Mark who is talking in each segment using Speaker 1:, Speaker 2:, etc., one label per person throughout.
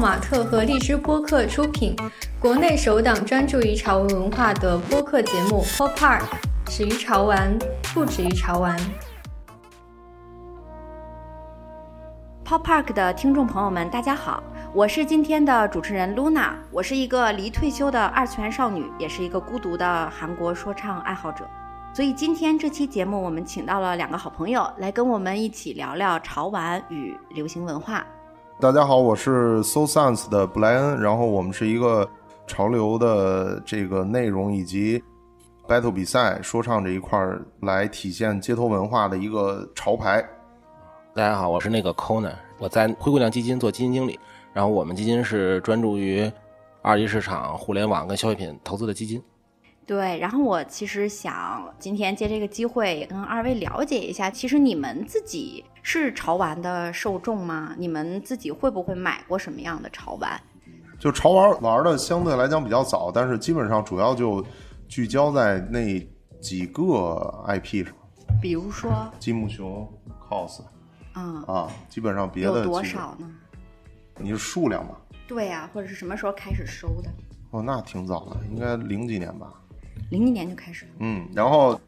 Speaker 1: 马特和荔枝播客出品，国内首档专注于潮文文化的播客节目《Pop Park》，始于潮玩，不止于潮玩。
Speaker 2: Pop Park 的听众朋友们，大家好，我是今天的主持人 Luna，我是一个离退休的二次元少女，也是一个孤独的韩国说唱爱好者。所以今天这期节目，我们请到了两个好朋友来跟我们一起聊聊潮玩与流行文化。
Speaker 3: 大家好，我是 Soul Sans 的布莱恩，然后我们是一个潮流的这个内容以及 battle 比赛、说唱这一块儿来体现街头文化的一个潮牌。
Speaker 4: 大家好，我是那个 Conan，我在灰姑娘基金做基金经理，然后我们基金是专注于二级市场、互联网跟消费品投资的基金。
Speaker 2: 对，然后我其实想今天借这个机会也跟二位了解一下，其实你们自己是潮玩的受众吗？你们自己会不会买过什么样的潮玩？
Speaker 3: 就潮玩玩的相对来讲比较早，但是基本上主要就聚焦在那几个 IP 上，
Speaker 2: 比如说，
Speaker 3: 积木熊、cos
Speaker 2: 嗯，
Speaker 3: 啊，基本上别的
Speaker 2: 有多
Speaker 3: 基本
Speaker 2: 少呢？
Speaker 3: 你是数量吧？
Speaker 2: 对呀、或者是什么时候开始收的？
Speaker 3: 哦，那挺早的，应该零几年吧。
Speaker 2: 零一年就开始了，
Speaker 3: 嗯，然后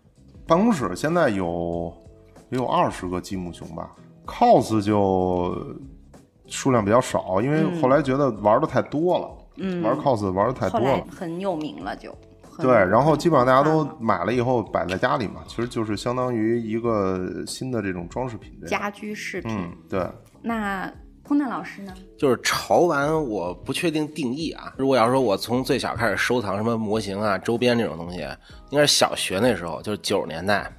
Speaker 3: 办公室现在有也有二十个积木熊吧，cos 就数量比较少，因为后来觉得玩的太多了，
Speaker 2: 嗯
Speaker 3: 玩 cos 玩的太
Speaker 2: 后
Speaker 3: 多
Speaker 2: 来嗯
Speaker 3: 了。
Speaker 2: 很有名了就。很
Speaker 3: 对，然后基本上大家都
Speaker 2: 很泛了
Speaker 3: 买了以后摆在家里嘛，其实就是相当于一个新的这种装饰品这样。
Speaker 2: 家居饰品。
Speaker 3: 嗯，对，
Speaker 2: 那空难老师呢？
Speaker 4: 就是潮玩，我不确定定义啊。如果要说我从最小开始收藏什么模型啊、周边这种东西，应该是小学那时候，就是九十年代。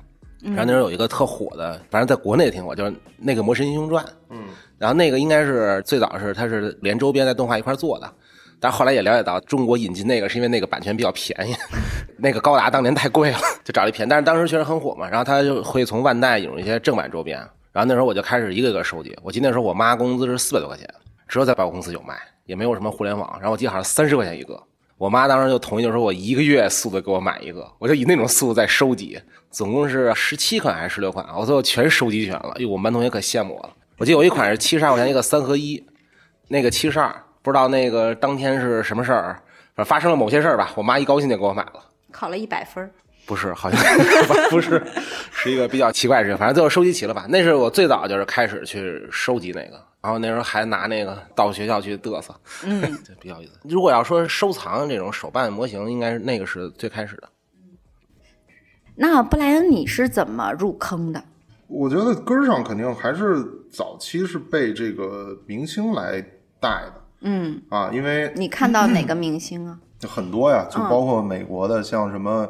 Speaker 4: 然后那时候有一个特火的，反正在国内也挺火，就是那个《魔神英雄传》。嗯，然后那个应该是最早是它是连周边带动画一块儿做的，但后来也了解到中国引进那个是因为那个版权比较便宜， 那个高达当年太贵了，就找了一便宜。但是当时确实很火嘛，然后他就会从万代引入一些正版周边。然后那时候我就开始一个一个收集。我记得那时候我妈工资是四百多块钱，只有在百货公司有卖，也没有什么互联网。然后我记得好像三十块钱一个。我妈当时就同意，就说我一个月速度给我买一个，我就以那种速度在收集，总共是十七款还是十六款，我最后全收集全了。哎呦，我们班同学可羡慕我了。我记得有一款是七十二块钱一个三合一，那个七十二，不知道那个当天是什么事儿，反正发生了某些事儿吧。我妈一高兴就给我买了。
Speaker 2: 考了一百分儿，
Speaker 4: 不是，好像 不是，是一个比较奇怪的事。反正最后收集齐了吧？那是我最早就是开始去收集那个，然后那时候还拿那个到学校去嘚瑟，嗯，就比较有意思。如果要说收藏这种手办模型，应该是那个是最开始的。
Speaker 2: 那布莱恩你是怎么入坑的？
Speaker 3: 我觉得根儿上肯定还是早期是被这个明星来带的
Speaker 2: 嗯，
Speaker 3: 啊，因为
Speaker 2: 你看到哪个明星啊？
Speaker 3: 很多呀，就包括美国的，像什么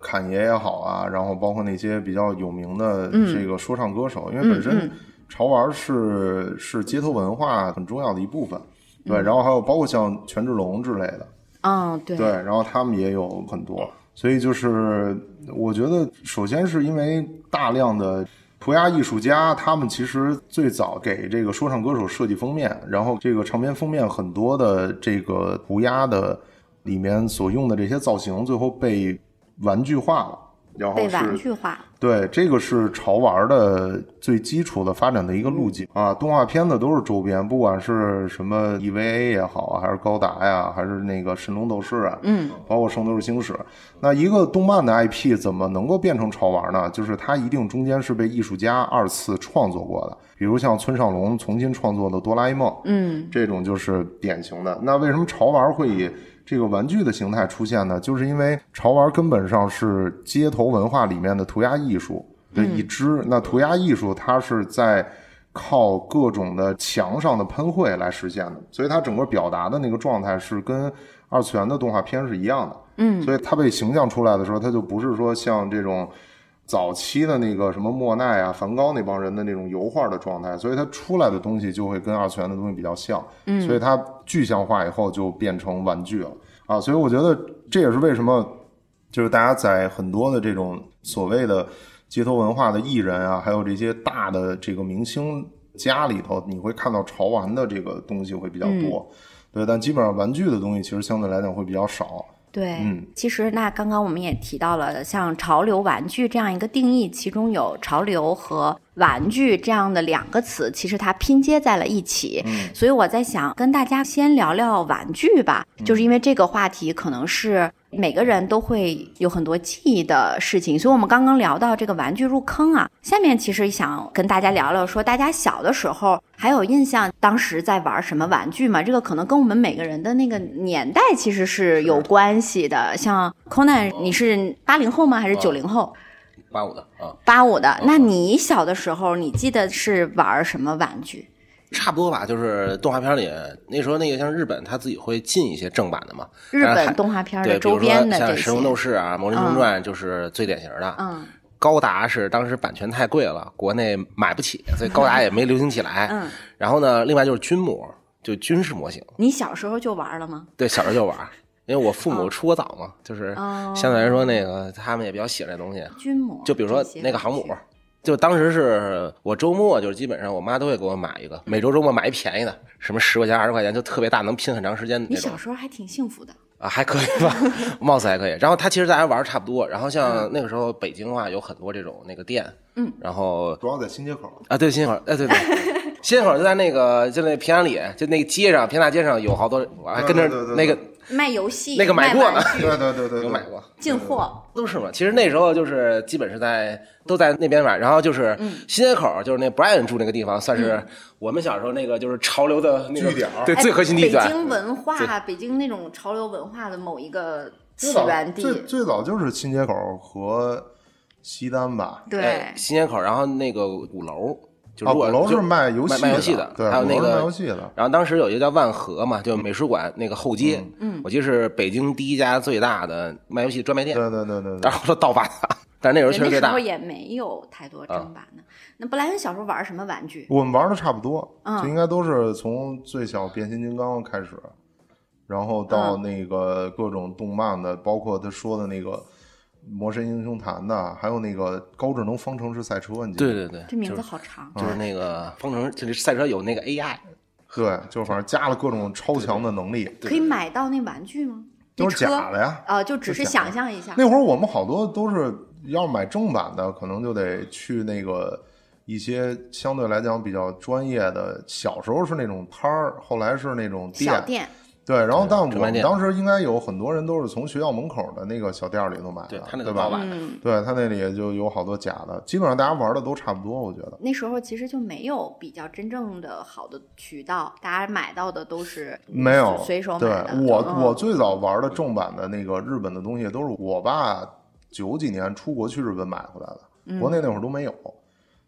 Speaker 3: 侃爷也好啊，然后包括那些比较有名的这个说唱歌手，因为本身潮玩是是街头文化很重要的一部分，对，然后还有包括像权志龙之类的，
Speaker 2: 嗯，对，
Speaker 3: 对，然后他们也有很多，所以就是我觉得，首先是因为大量的葡萄牙艺术家，他们其实最早给这个说唱歌手设计封面，然后这个唱片封面很多的这个涂鸦的里面所用的这些造型，最后被玩具化了，然后
Speaker 2: 被
Speaker 3: 是
Speaker 2: 玩具化。
Speaker 3: 对，这个是潮玩的最基础的发展的一个路径啊。动画片子都是周边，不管是什么 EVA 也好啊，还是高达呀，还是那个神龙斗士啊，
Speaker 2: 嗯，
Speaker 3: 包括圣斗士星矢。那一个动漫的 IP 怎么能够变成潮玩呢？就是它一定中间是被艺术家二次创作过的，比如像村上龙重新创作的《哆啦 A 梦》，
Speaker 2: 嗯，
Speaker 3: 这种就是典型的。那为什么潮玩会以这个玩具的形态出现呢？就是因为潮玩根本上是街头文化里面的涂鸦艺术的一支。那涂鸦艺术它是在靠各种的墙上的喷绘来实现的，所以它整个表达的那个状态是跟二次元的动画片是一样的。嗯，所以它被形象出来的时候，它就不是说像这种。早期的那个什么莫奈啊、梵高那帮人的那种油画的状态，所以它出来的东西就会跟二次元的东西比较像，嗯，所以它具象化以后就变成玩具了啊，所以我觉得这也是为什么，就是大家在很多的这种所谓的街头文化的艺人啊，还有这些大的这个明星家里头，你会看到潮玩的这个东西会比较多，对，但基本上玩具的东西其实相对来讲会比较少。
Speaker 2: 对，
Speaker 3: 嗯
Speaker 2: 其实那刚刚我们也提到了，像潮流玩具这样一个定义，其中有潮流和玩具这样的两个词，其实它拼接在了一起。
Speaker 3: 嗯
Speaker 2: 所以我在想，跟大家先聊聊玩具吧，
Speaker 3: 嗯
Speaker 2: 就是因为这个话题可能是每个人都会有很多记忆的事情，所以我们刚刚聊到这个玩具入坑啊，下面其实想跟大家聊聊，说大家小的时候还有印象，当时在玩什么玩具吗？这个可能跟我们每个人的那个年代其实是有关系的。像
Speaker 4: 嗯
Speaker 2: Conan，你是八零后吗？还是九零后？
Speaker 4: 八五的啊，
Speaker 2: 八五的，那你小的时候，你记得是玩什么玩具？
Speaker 4: 差不多吧，就是动画片里那时候那个像日本他自己会进一些正版的嘛，
Speaker 2: 日
Speaker 4: 当然还
Speaker 2: 本动画片
Speaker 4: 对，
Speaker 2: 的
Speaker 4: 比如
Speaker 2: 周
Speaker 4: 说
Speaker 2: 边的
Speaker 4: 像
Speaker 2: 这
Speaker 4: 《
Speaker 2: 些
Speaker 4: 神，龙斗士》啊，《魔力冲传》就是最典型的。
Speaker 2: 嗯
Speaker 4: 高达是当时版权太贵了，国内买不起，所以高达也没流行起来。
Speaker 2: 嗯，
Speaker 4: 然后呢，另外就是军模，就军事模型。
Speaker 2: 你小时候就玩了吗？
Speaker 4: 对，小时候就玩儿，因为我父母出国早 嘛，就是
Speaker 2: 哦
Speaker 4: 相对来说那个他们也比较喜欢这东西。
Speaker 2: 军模，
Speaker 4: 就比如说
Speaker 2: 这些
Speaker 4: 那个航母
Speaker 2: 玩具，
Speaker 4: 就当时是我周末就是基本上我妈都会给我买一个，每周周末买一便宜的，什么十块钱、二十块钱，就特别大，能拼很长时间的
Speaker 2: 你
Speaker 4: 那种
Speaker 2: 小。时候还挺幸福的。
Speaker 4: 啊，还可以 吧，貌似还可以。然后它其实大家玩儿差不多。然后像那个时候北京的话，有很多这种那个店，
Speaker 2: 嗯，
Speaker 4: 然后
Speaker 3: 主要在新街口。
Speaker 4: 啊，对，新街口，哎，对对，新街口就在那个就那平安里，就那个街上，平大街上有好多，我还跟着
Speaker 3: 嗯对对对
Speaker 4: 那
Speaker 3: 对
Speaker 4: 个
Speaker 2: 卖游戏，
Speaker 4: 那个
Speaker 2: 卖
Speaker 4: 买过
Speaker 2: 玩具
Speaker 3: 对对对对，
Speaker 4: 有买过。
Speaker 2: 进货，
Speaker 4: 都是嘛，其实那时候就是基本是在都在那边买，然后就是
Speaker 2: 嗯
Speaker 4: 新街口，就是那 Brian 住那个地方，算是我们小时候那个就是潮流的那个
Speaker 3: 据点儿
Speaker 4: 对，
Speaker 2: 哎
Speaker 4: 最核心地
Speaker 2: 北
Speaker 4: 段。
Speaker 2: 京文化，
Speaker 4: 对
Speaker 2: 北京那种潮流文化的某一个起
Speaker 3: 最早
Speaker 2: 源地，
Speaker 3: 最最早就是新街口和西单吧。
Speaker 2: 对
Speaker 4: 哎，新街口，然后那个鼓楼，就
Speaker 3: 啊，
Speaker 4: 如
Speaker 3: 鼓
Speaker 4: 果
Speaker 3: 楼
Speaker 4: 就是
Speaker 3: 卖游戏
Speaker 4: 卖卖游戏的
Speaker 3: 对，
Speaker 4: 还有
Speaker 3: 鼓
Speaker 4: 那
Speaker 3: 楼是
Speaker 4: 个
Speaker 3: 卖游戏的。
Speaker 4: 然后当时有一个叫万和嘛，就美术馆那个后街，嗯，我记得是北京第一家最大的卖游戏专卖店，
Speaker 3: 对对对对
Speaker 4: 然
Speaker 3: 对，
Speaker 4: 后说盗版的，但是那时候
Speaker 2: 对
Speaker 4: 确实
Speaker 2: 那
Speaker 4: 最
Speaker 2: 时
Speaker 4: 大
Speaker 2: 候。也没有太多正版的。那布莱恩小时候玩什么玩具？
Speaker 3: 我们玩的差不多，
Speaker 2: 嗯
Speaker 3: 就应该都是从最小变形金刚开始，然后到
Speaker 2: 嗯
Speaker 3: 那个各种动漫的，包括他说的那个《魔神英雄坛》的，还有那个高智能方程式赛车，你记得
Speaker 4: 对对对，
Speaker 2: 这名字
Speaker 4: 就是啊
Speaker 2: 好长，
Speaker 4: 就是那个方程，就是赛车有那个 AI，
Speaker 3: 对，就反正加了各种超强的能力，
Speaker 2: 可以买到那玩具吗？
Speaker 3: 都是
Speaker 2: 那车
Speaker 3: 假的呀。
Speaker 2: 呃，就只是
Speaker 3: 假的
Speaker 2: 想象一下。
Speaker 3: 那会儿我们好多都是要买正版的，可能就得去那个一些相对来讲比较专业的。小时候是那种摊儿，后来是那种
Speaker 2: 小店，
Speaker 3: 对，然后但我
Speaker 4: 专卖
Speaker 3: 们
Speaker 4: 店
Speaker 3: 当时应该有很多人都是从学校门口的那个小店儿里头买的，
Speaker 4: 对
Speaker 3: 对
Speaker 4: 他那个盗
Speaker 3: 吧
Speaker 4: 版？的，
Speaker 2: 嗯，
Speaker 3: 对他那里就有好多假的，基本上大家玩的都差不多，我觉得。
Speaker 2: 那时候其实就没有比较真正的好的渠道，大家买到的都是
Speaker 3: 没有
Speaker 2: 随手买
Speaker 3: 对
Speaker 2: 的。
Speaker 3: 我、
Speaker 2: 嗯
Speaker 3: 我最早玩的正版的那个日本的东西，都是我爸九几年出国去日本买回来的，国内那会儿都没有，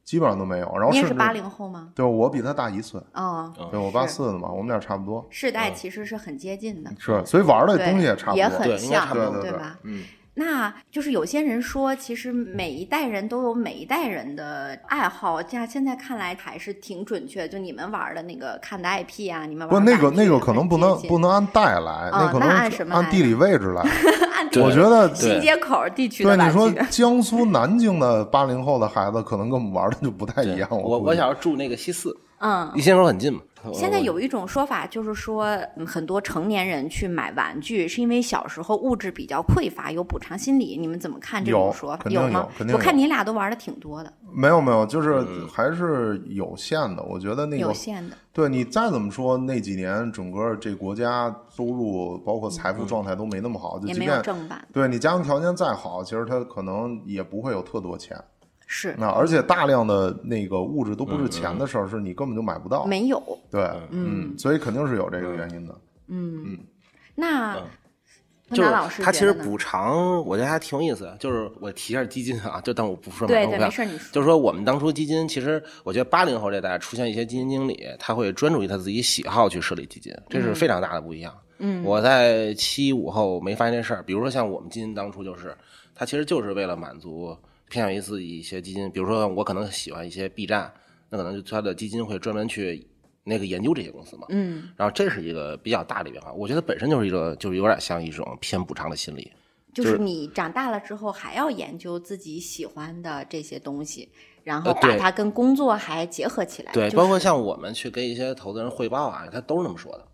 Speaker 3: 基本上都没有。然后
Speaker 2: 你也嗯
Speaker 3: 甚
Speaker 2: 是
Speaker 3: 至
Speaker 2: 八零后吗？
Speaker 3: 对我比他大一岁，
Speaker 2: 哦，
Speaker 4: 嗯
Speaker 3: 对我八四的嘛，我们俩差不多。
Speaker 2: 世代其实是很接近的，
Speaker 3: 是，所以玩的
Speaker 2: 对
Speaker 3: 东西也差不
Speaker 2: 也
Speaker 3: 多。
Speaker 2: 很
Speaker 4: 对应该
Speaker 2: 像，
Speaker 4: 差不
Speaker 3: 多对对
Speaker 2: 吧？
Speaker 4: 嗯，
Speaker 2: 那就是有些人说，其实每一代人都有每一代人的爱好，这样现在看来还是挺准确。就你们玩的那个看的 IP 啊，你们
Speaker 3: 不，
Speaker 2: 玩
Speaker 3: 那个那个可能不能不
Speaker 2: 能
Speaker 3: 能按代来，
Speaker 2: 哦
Speaker 3: 可
Speaker 2: 那
Speaker 3: 能
Speaker 2: 按什么来
Speaker 3: 按地理位置来。
Speaker 2: 按
Speaker 4: 对
Speaker 3: 我觉得
Speaker 4: 对
Speaker 2: 新街口地区的
Speaker 3: 对
Speaker 2: 玩
Speaker 3: 你说
Speaker 2: 具，
Speaker 3: 江苏南京的八零后的孩子，可能跟我们玩的就不太一样。
Speaker 4: 我
Speaker 3: 我
Speaker 4: 我小时候住那个西四，
Speaker 2: 嗯，
Speaker 4: 离新街口很近嘛。我
Speaker 2: 现在
Speaker 4: 我
Speaker 2: 有一种说法，就是说嗯很多成年人去买玩具，是因为小时候物质比较匮乏，有补偿心理。你们怎么看这种
Speaker 3: 有
Speaker 2: 说法？
Speaker 3: 肯定有
Speaker 2: 吗？
Speaker 3: 肯定
Speaker 2: 我看
Speaker 3: 有
Speaker 2: 你俩都玩的挺多的，
Speaker 3: 没有没有，就是还是有限的。我觉得那
Speaker 2: 有
Speaker 3: 个，
Speaker 2: 限的。
Speaker 3: 对你再怎么说，那几年整个这国家收入包括财富状态都没那么好，就
Speaker 2: 也
Speaker 3: 即
Speaker 2: 没有
Speaker 3: 便
Speaker 2: 正版，
Speaker 3: 对你家庭条件再好，其实他可能也不会有特多钱。
Speaker 4: 嗯
Speaker 2: 是
Speaker 3: 那而且大量的那个物质都不是钱的事儿，是你根本就买不
Speaker 4: 哦
Speaker 3: 到。
Speaker 2: 没有。
Speaker 3: 对，嗯，所以肯定是有这个原因的。
Speaker 2: 那
Speaker 4: 嗯
Speaker 2: 温
Speaker 4: 就是
Speaker 2: 达老师
Speaker 4: 他其
Speaker 2: 觉
Speaker 4: 实
Speaker 2: 得呢
Speaker 4: 补偿，我觉得还挺有意思。就是我提一下基金啊，就当我不说买
Speaker 2: 对
Speaker 4: 股
Speaker 2: 对，
Speaker 4: 票
Speaker 2: 没，事，你说
Speaker 4: 就是说我们当初基金，其实我觉得八零后这代出现一些基金经理，他会专注于他自己喜好去设立基金，这是非常大的不一样。嗯，我在七五后没发现这事儿，比如说像我们基金当初就是，它其实就是为了满足偏向于自己一些基金，比如说我可能喜欢一些 B 站，那可能就它的基金会专门去那个研究这些公司嘛。
Speaker 2: 嗯，
Speaker 4: 然后这是一个比较大的变化，我觉得本身就是一个，就是有点像一种偏补偿的心理。
Speaker 2: 就是
Speaker 4: 是
Speaker 2: 你长大了之后还要研究自己喜欢的这些东西，然后
Speaker 4: 呃
Speaker 2: 把
Speaker 4: 对
Speaker 2: 它跟工作还结合起来。
Speaker 4: 对，
Speaker 2: 就
Speaker 4: 包
Speaker 2: 是
Speaker 4: 括像我们去跟一些投资人汇报啊，他都是那么说的。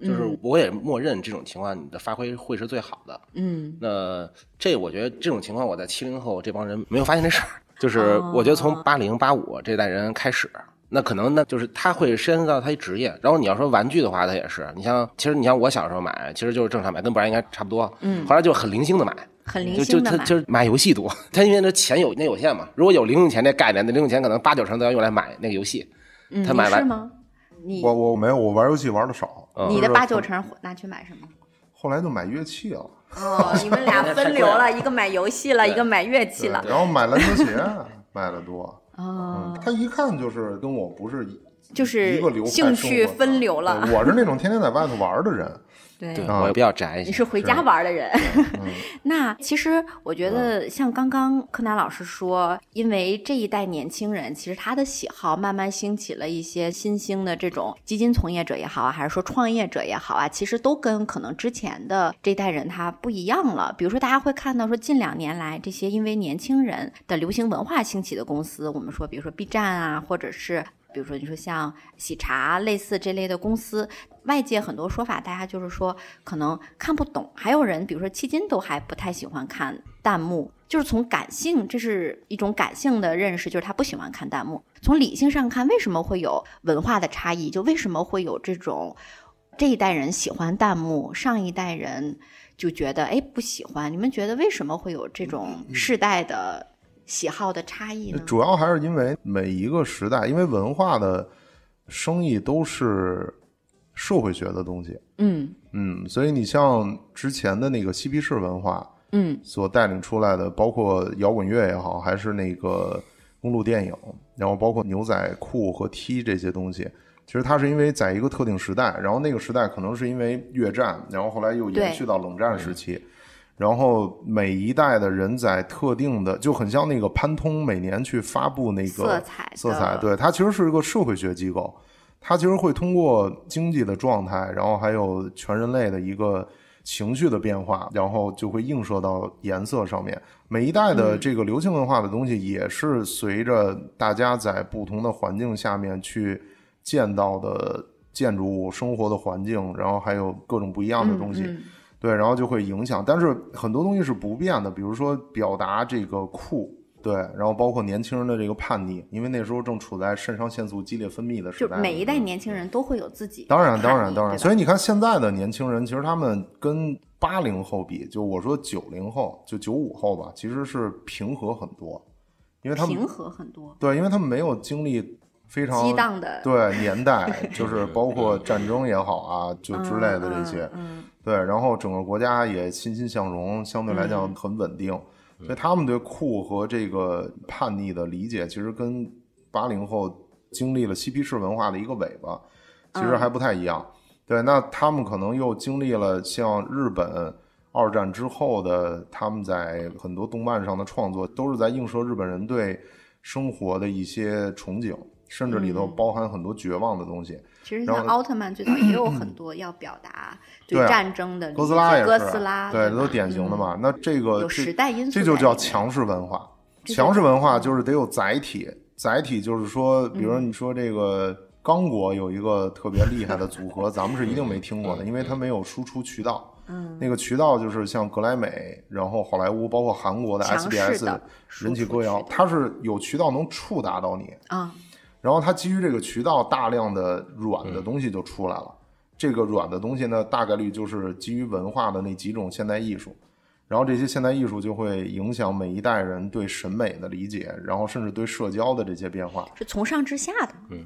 Speaker 4: 就是我也默认这种情况你的发挥会是最好的。
Speaker 2: 嗯
Speaker 4: 那这我觉得这种情况，我在七零后这帮人没有发现这事儿，就是我觉得
Speaker 2: 哦
Speaker 4: 从八零八五这代人开始。那可能那就是他会深到他一职业，然后你要说玩具的话，他也是。你像，其实你像我小时候买，其实就是正常买，跟不然应该差不多。
Speaker 2: 嗯
Speaker 4: 后来就很零星的买，
Speaker 2: 很零
Speaker 4: 就
Speaker 2: 星
Speaker 4: 就
Speaker 2: 的
Speaker 4: 他
Speaker 2: 买，
Speaker 4: 就是买游戏多，他因为这钱有那有限嘛。如果有零用钱这概念，那零用钱可能八九成都要用来买那个游戏。
Speaker 2: 嗯
Speaker 4: 他买
Speaker 2: 你是
Speaker 4: 完
Speaker 2: 吗？你
Speaker 3: 我我没有，我玩游戏玩的少，
Speaker 4: 嗯
Speaker 2: 你
Speaker 3: 就
Speaker 2: 的
Speaker 3: 是
Speaker 2: 八九成拿去买什 么？
Speaker 3: 后来就买乐器了，
Speaker 2: 哦，你们 俩分流了，一个买游戏了，
Speaker 4: 对
Speaker 2: 一个买乐器
Speaker 3: 对，
Speaker 2: 了。
Speaker 3: 然后买篮 球鞋买的多。嗯
Speaker 2: 哦，，
Speaker 3: 他一看就是跟我不是一
Speaker 2: 就是
Speaker 4: 嗯
Speaker 3: 一个流派
Speaker 2: 兴趣
Speaker 3: 生活的
Speaker 2: 分流了
Speaker 3: 呃对我是那种天天在外头玩的人，
Speaker 2: 对
Speaker 4: 对，嗯
Speaker 3: 啊
Speaker 4: 我也比较宅一些。
Speaker 2: 你是回家
Speaker 4: 是
Speaker 2: 玩的人。
Speaker 3: 嗯
Speaker 2: 那其实我觉得，像刚刚柯南老师说，因为这一代年轻人，其实他的喜好慢慢兴起了一些新兴的这种基金从业者也好啊，还是说创业者也好啊，其实都跟可能之前的这代人他不一样了。比如说，大家会看到说，近两年来这些因为年轻人的流行文化兴起的公司，我们说，比如说 B 站啊，或者是比如说你说像喜茶类似这类的公司，外界很多说法，大家就是说可能看不懂，还有人比如说迄今都还不太喜欢看弹幕，就是从感性，这是一种感性的认识，就是他不喜欢看弹幕。从理性上看，为什么会有文化的差异？就为什么会有这种这一代人喜欢弹幕，上一代人就觉得哎不喜欢？你们觉得为什么会有这种
Speaker 3: 嗯
Speaker 2: 世代的喜好的差异呢？
Speaker 3: 主要还是因为每一个时代，因为文化的生意都是社会学的东西，
Speaker 2: 嗯
Speaker 3: 嗯，所以你像之前的那个嬉皮士文化
Speaker 2: 嗯
Speaker 3: 所带领出来的，包括摇滚乐也好，还是那个公路电影，然后包括牛仔裤和 T 这些东西。其实它是因为在一个特定时代，然后那个时代可能是因为越战，然后后来又延续到冷战时期，然后每一代的人在特定的，就很像那个潘通每年去发布那个
Speaker 2: 色彩的
Speaker 3: 嗯色彩，对，它其实是一个社会学机构，它其实会通过经济的状态，然后还有全人类的一个情绪的变化，然后就会映射到颜色上面。每一代的这个流行文化的东西，也是随着大家在不同的环境下面去见到的建筑物、生活的环境，然后还有各种不一样的东西，
Speaker 2: 嗯
Speaker 3: 对，然后就会影响。但是很多东西是不变的，比如说表达这个酷，对，然后包括年轻人的这个叛逆，因为那时候正处在肾上腺素激烈分泌的时
Speaker 2: 就
Speaker 3: 代嘛。嗯
Speaker 2: 每一代年轻人都会有自己的
Speaker 3: 当然，
Speaker 2: 叛
Speaker 3: 当
Speaker 2: 逆
Speaker 3: 然，当然。
Speaker 2: 对吧
Speaker 3: 所以你看，现在的年轻人，其实他们跟八零后比，就我说九零后，就九五后吧，其实是平和很多，因为他
Speaker 2: 平
Speaker 3: 们
Speaker 2: 和很多，
Speaker 3: 对，因为他们没有经历非常
Speaker 2: 激荡的
Speaker 3: 对年代，就是包括战争也好啊，就之类的这些，
Speaker 2: 嗯，
Speaker 3: 对，然后整个国家也欣欣向荣，相对来
Speaker 2: 嗯
Speaker 3: 讲很稳定，所以他们对酷和这个叛逆的理解，其实跟八零后经历了嬉皮士文化的一个尾巴，其
Speaker 2: 嗯
Speaker 3: 实还不太一样。对，那他们可能又经历了像日本二战之后的，他们在很多动漫上的创作，都是在映射日本人对生活的一些憧憬，甚至里头包含很多绝望的东西。
Speaker 2: 嗯其实像
Speaker 3: 然后嗯
Speaker 2: 奥特曼最早也有很多要表达对
Speaker 3: 对啊
Speaker 2: 战争的理解
Speaker 3: 哥斯拉也是，
Speaker 2: 哥斯拉
Speaker 3: 对，
Speaker 2: 吧
Speaker 3: 都典型的嘛。那这
Speaker 2: 嗯
Speaker 3: 个
Speaker 2: 有
Speaker 3: 这
Speaker 2: 时代因素在
Speaker 3: 这
Speaker 2: 里面，
Speaker 3: 就叫强势文化。
Speaker 2: 这就
Speaker 3: 强势文化就是得有载体，载体就是说，比如说你说这个刚果有一个特别厉害的组合，咱们是一定没听过的，因为它没有输出渠道。
Speaker 2: 嗯
Speaker 3: 那个渠道就是像格莱美，然后好莱坞，包括韩国的
Speaker 2: 强势
Speaker 3: SBS
Speaker 2: 的
Speaker 3: 人气歌谣，它是有渠道能触达到你，
Speaker 2: 啊，
Speaker 3: 然后它基于这个渠道，大量的软的东西就出来了。这个软的东西呢，大概率就是基于文化的那几种现代艺术，然后这些现代艺术就会影响每一代人对审美的理解，然后甚至对社交的这些变化，
Speaker 2: 是从上至下的，嗯，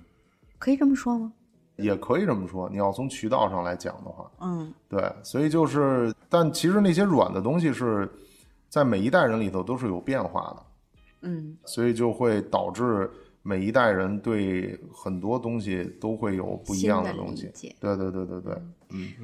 Speaker 2: 可以这么说吗？
Speaker 3: 也可以这么说。你要从渠道上来讲的话，
Speaker 2: 嗯，
Speaker 3: 对，所以就是，但其实那些软的东西是在每一代人里头都是有变化的。
Speaker 2: 嗯，
Speaker 3: 所以就会导致每一代人对很多东西都会有不一样
Speaker 2: 新的
Speaker 3: 东西嗯
Speaker 2: 理解。
Speaker 3: 对对对对对，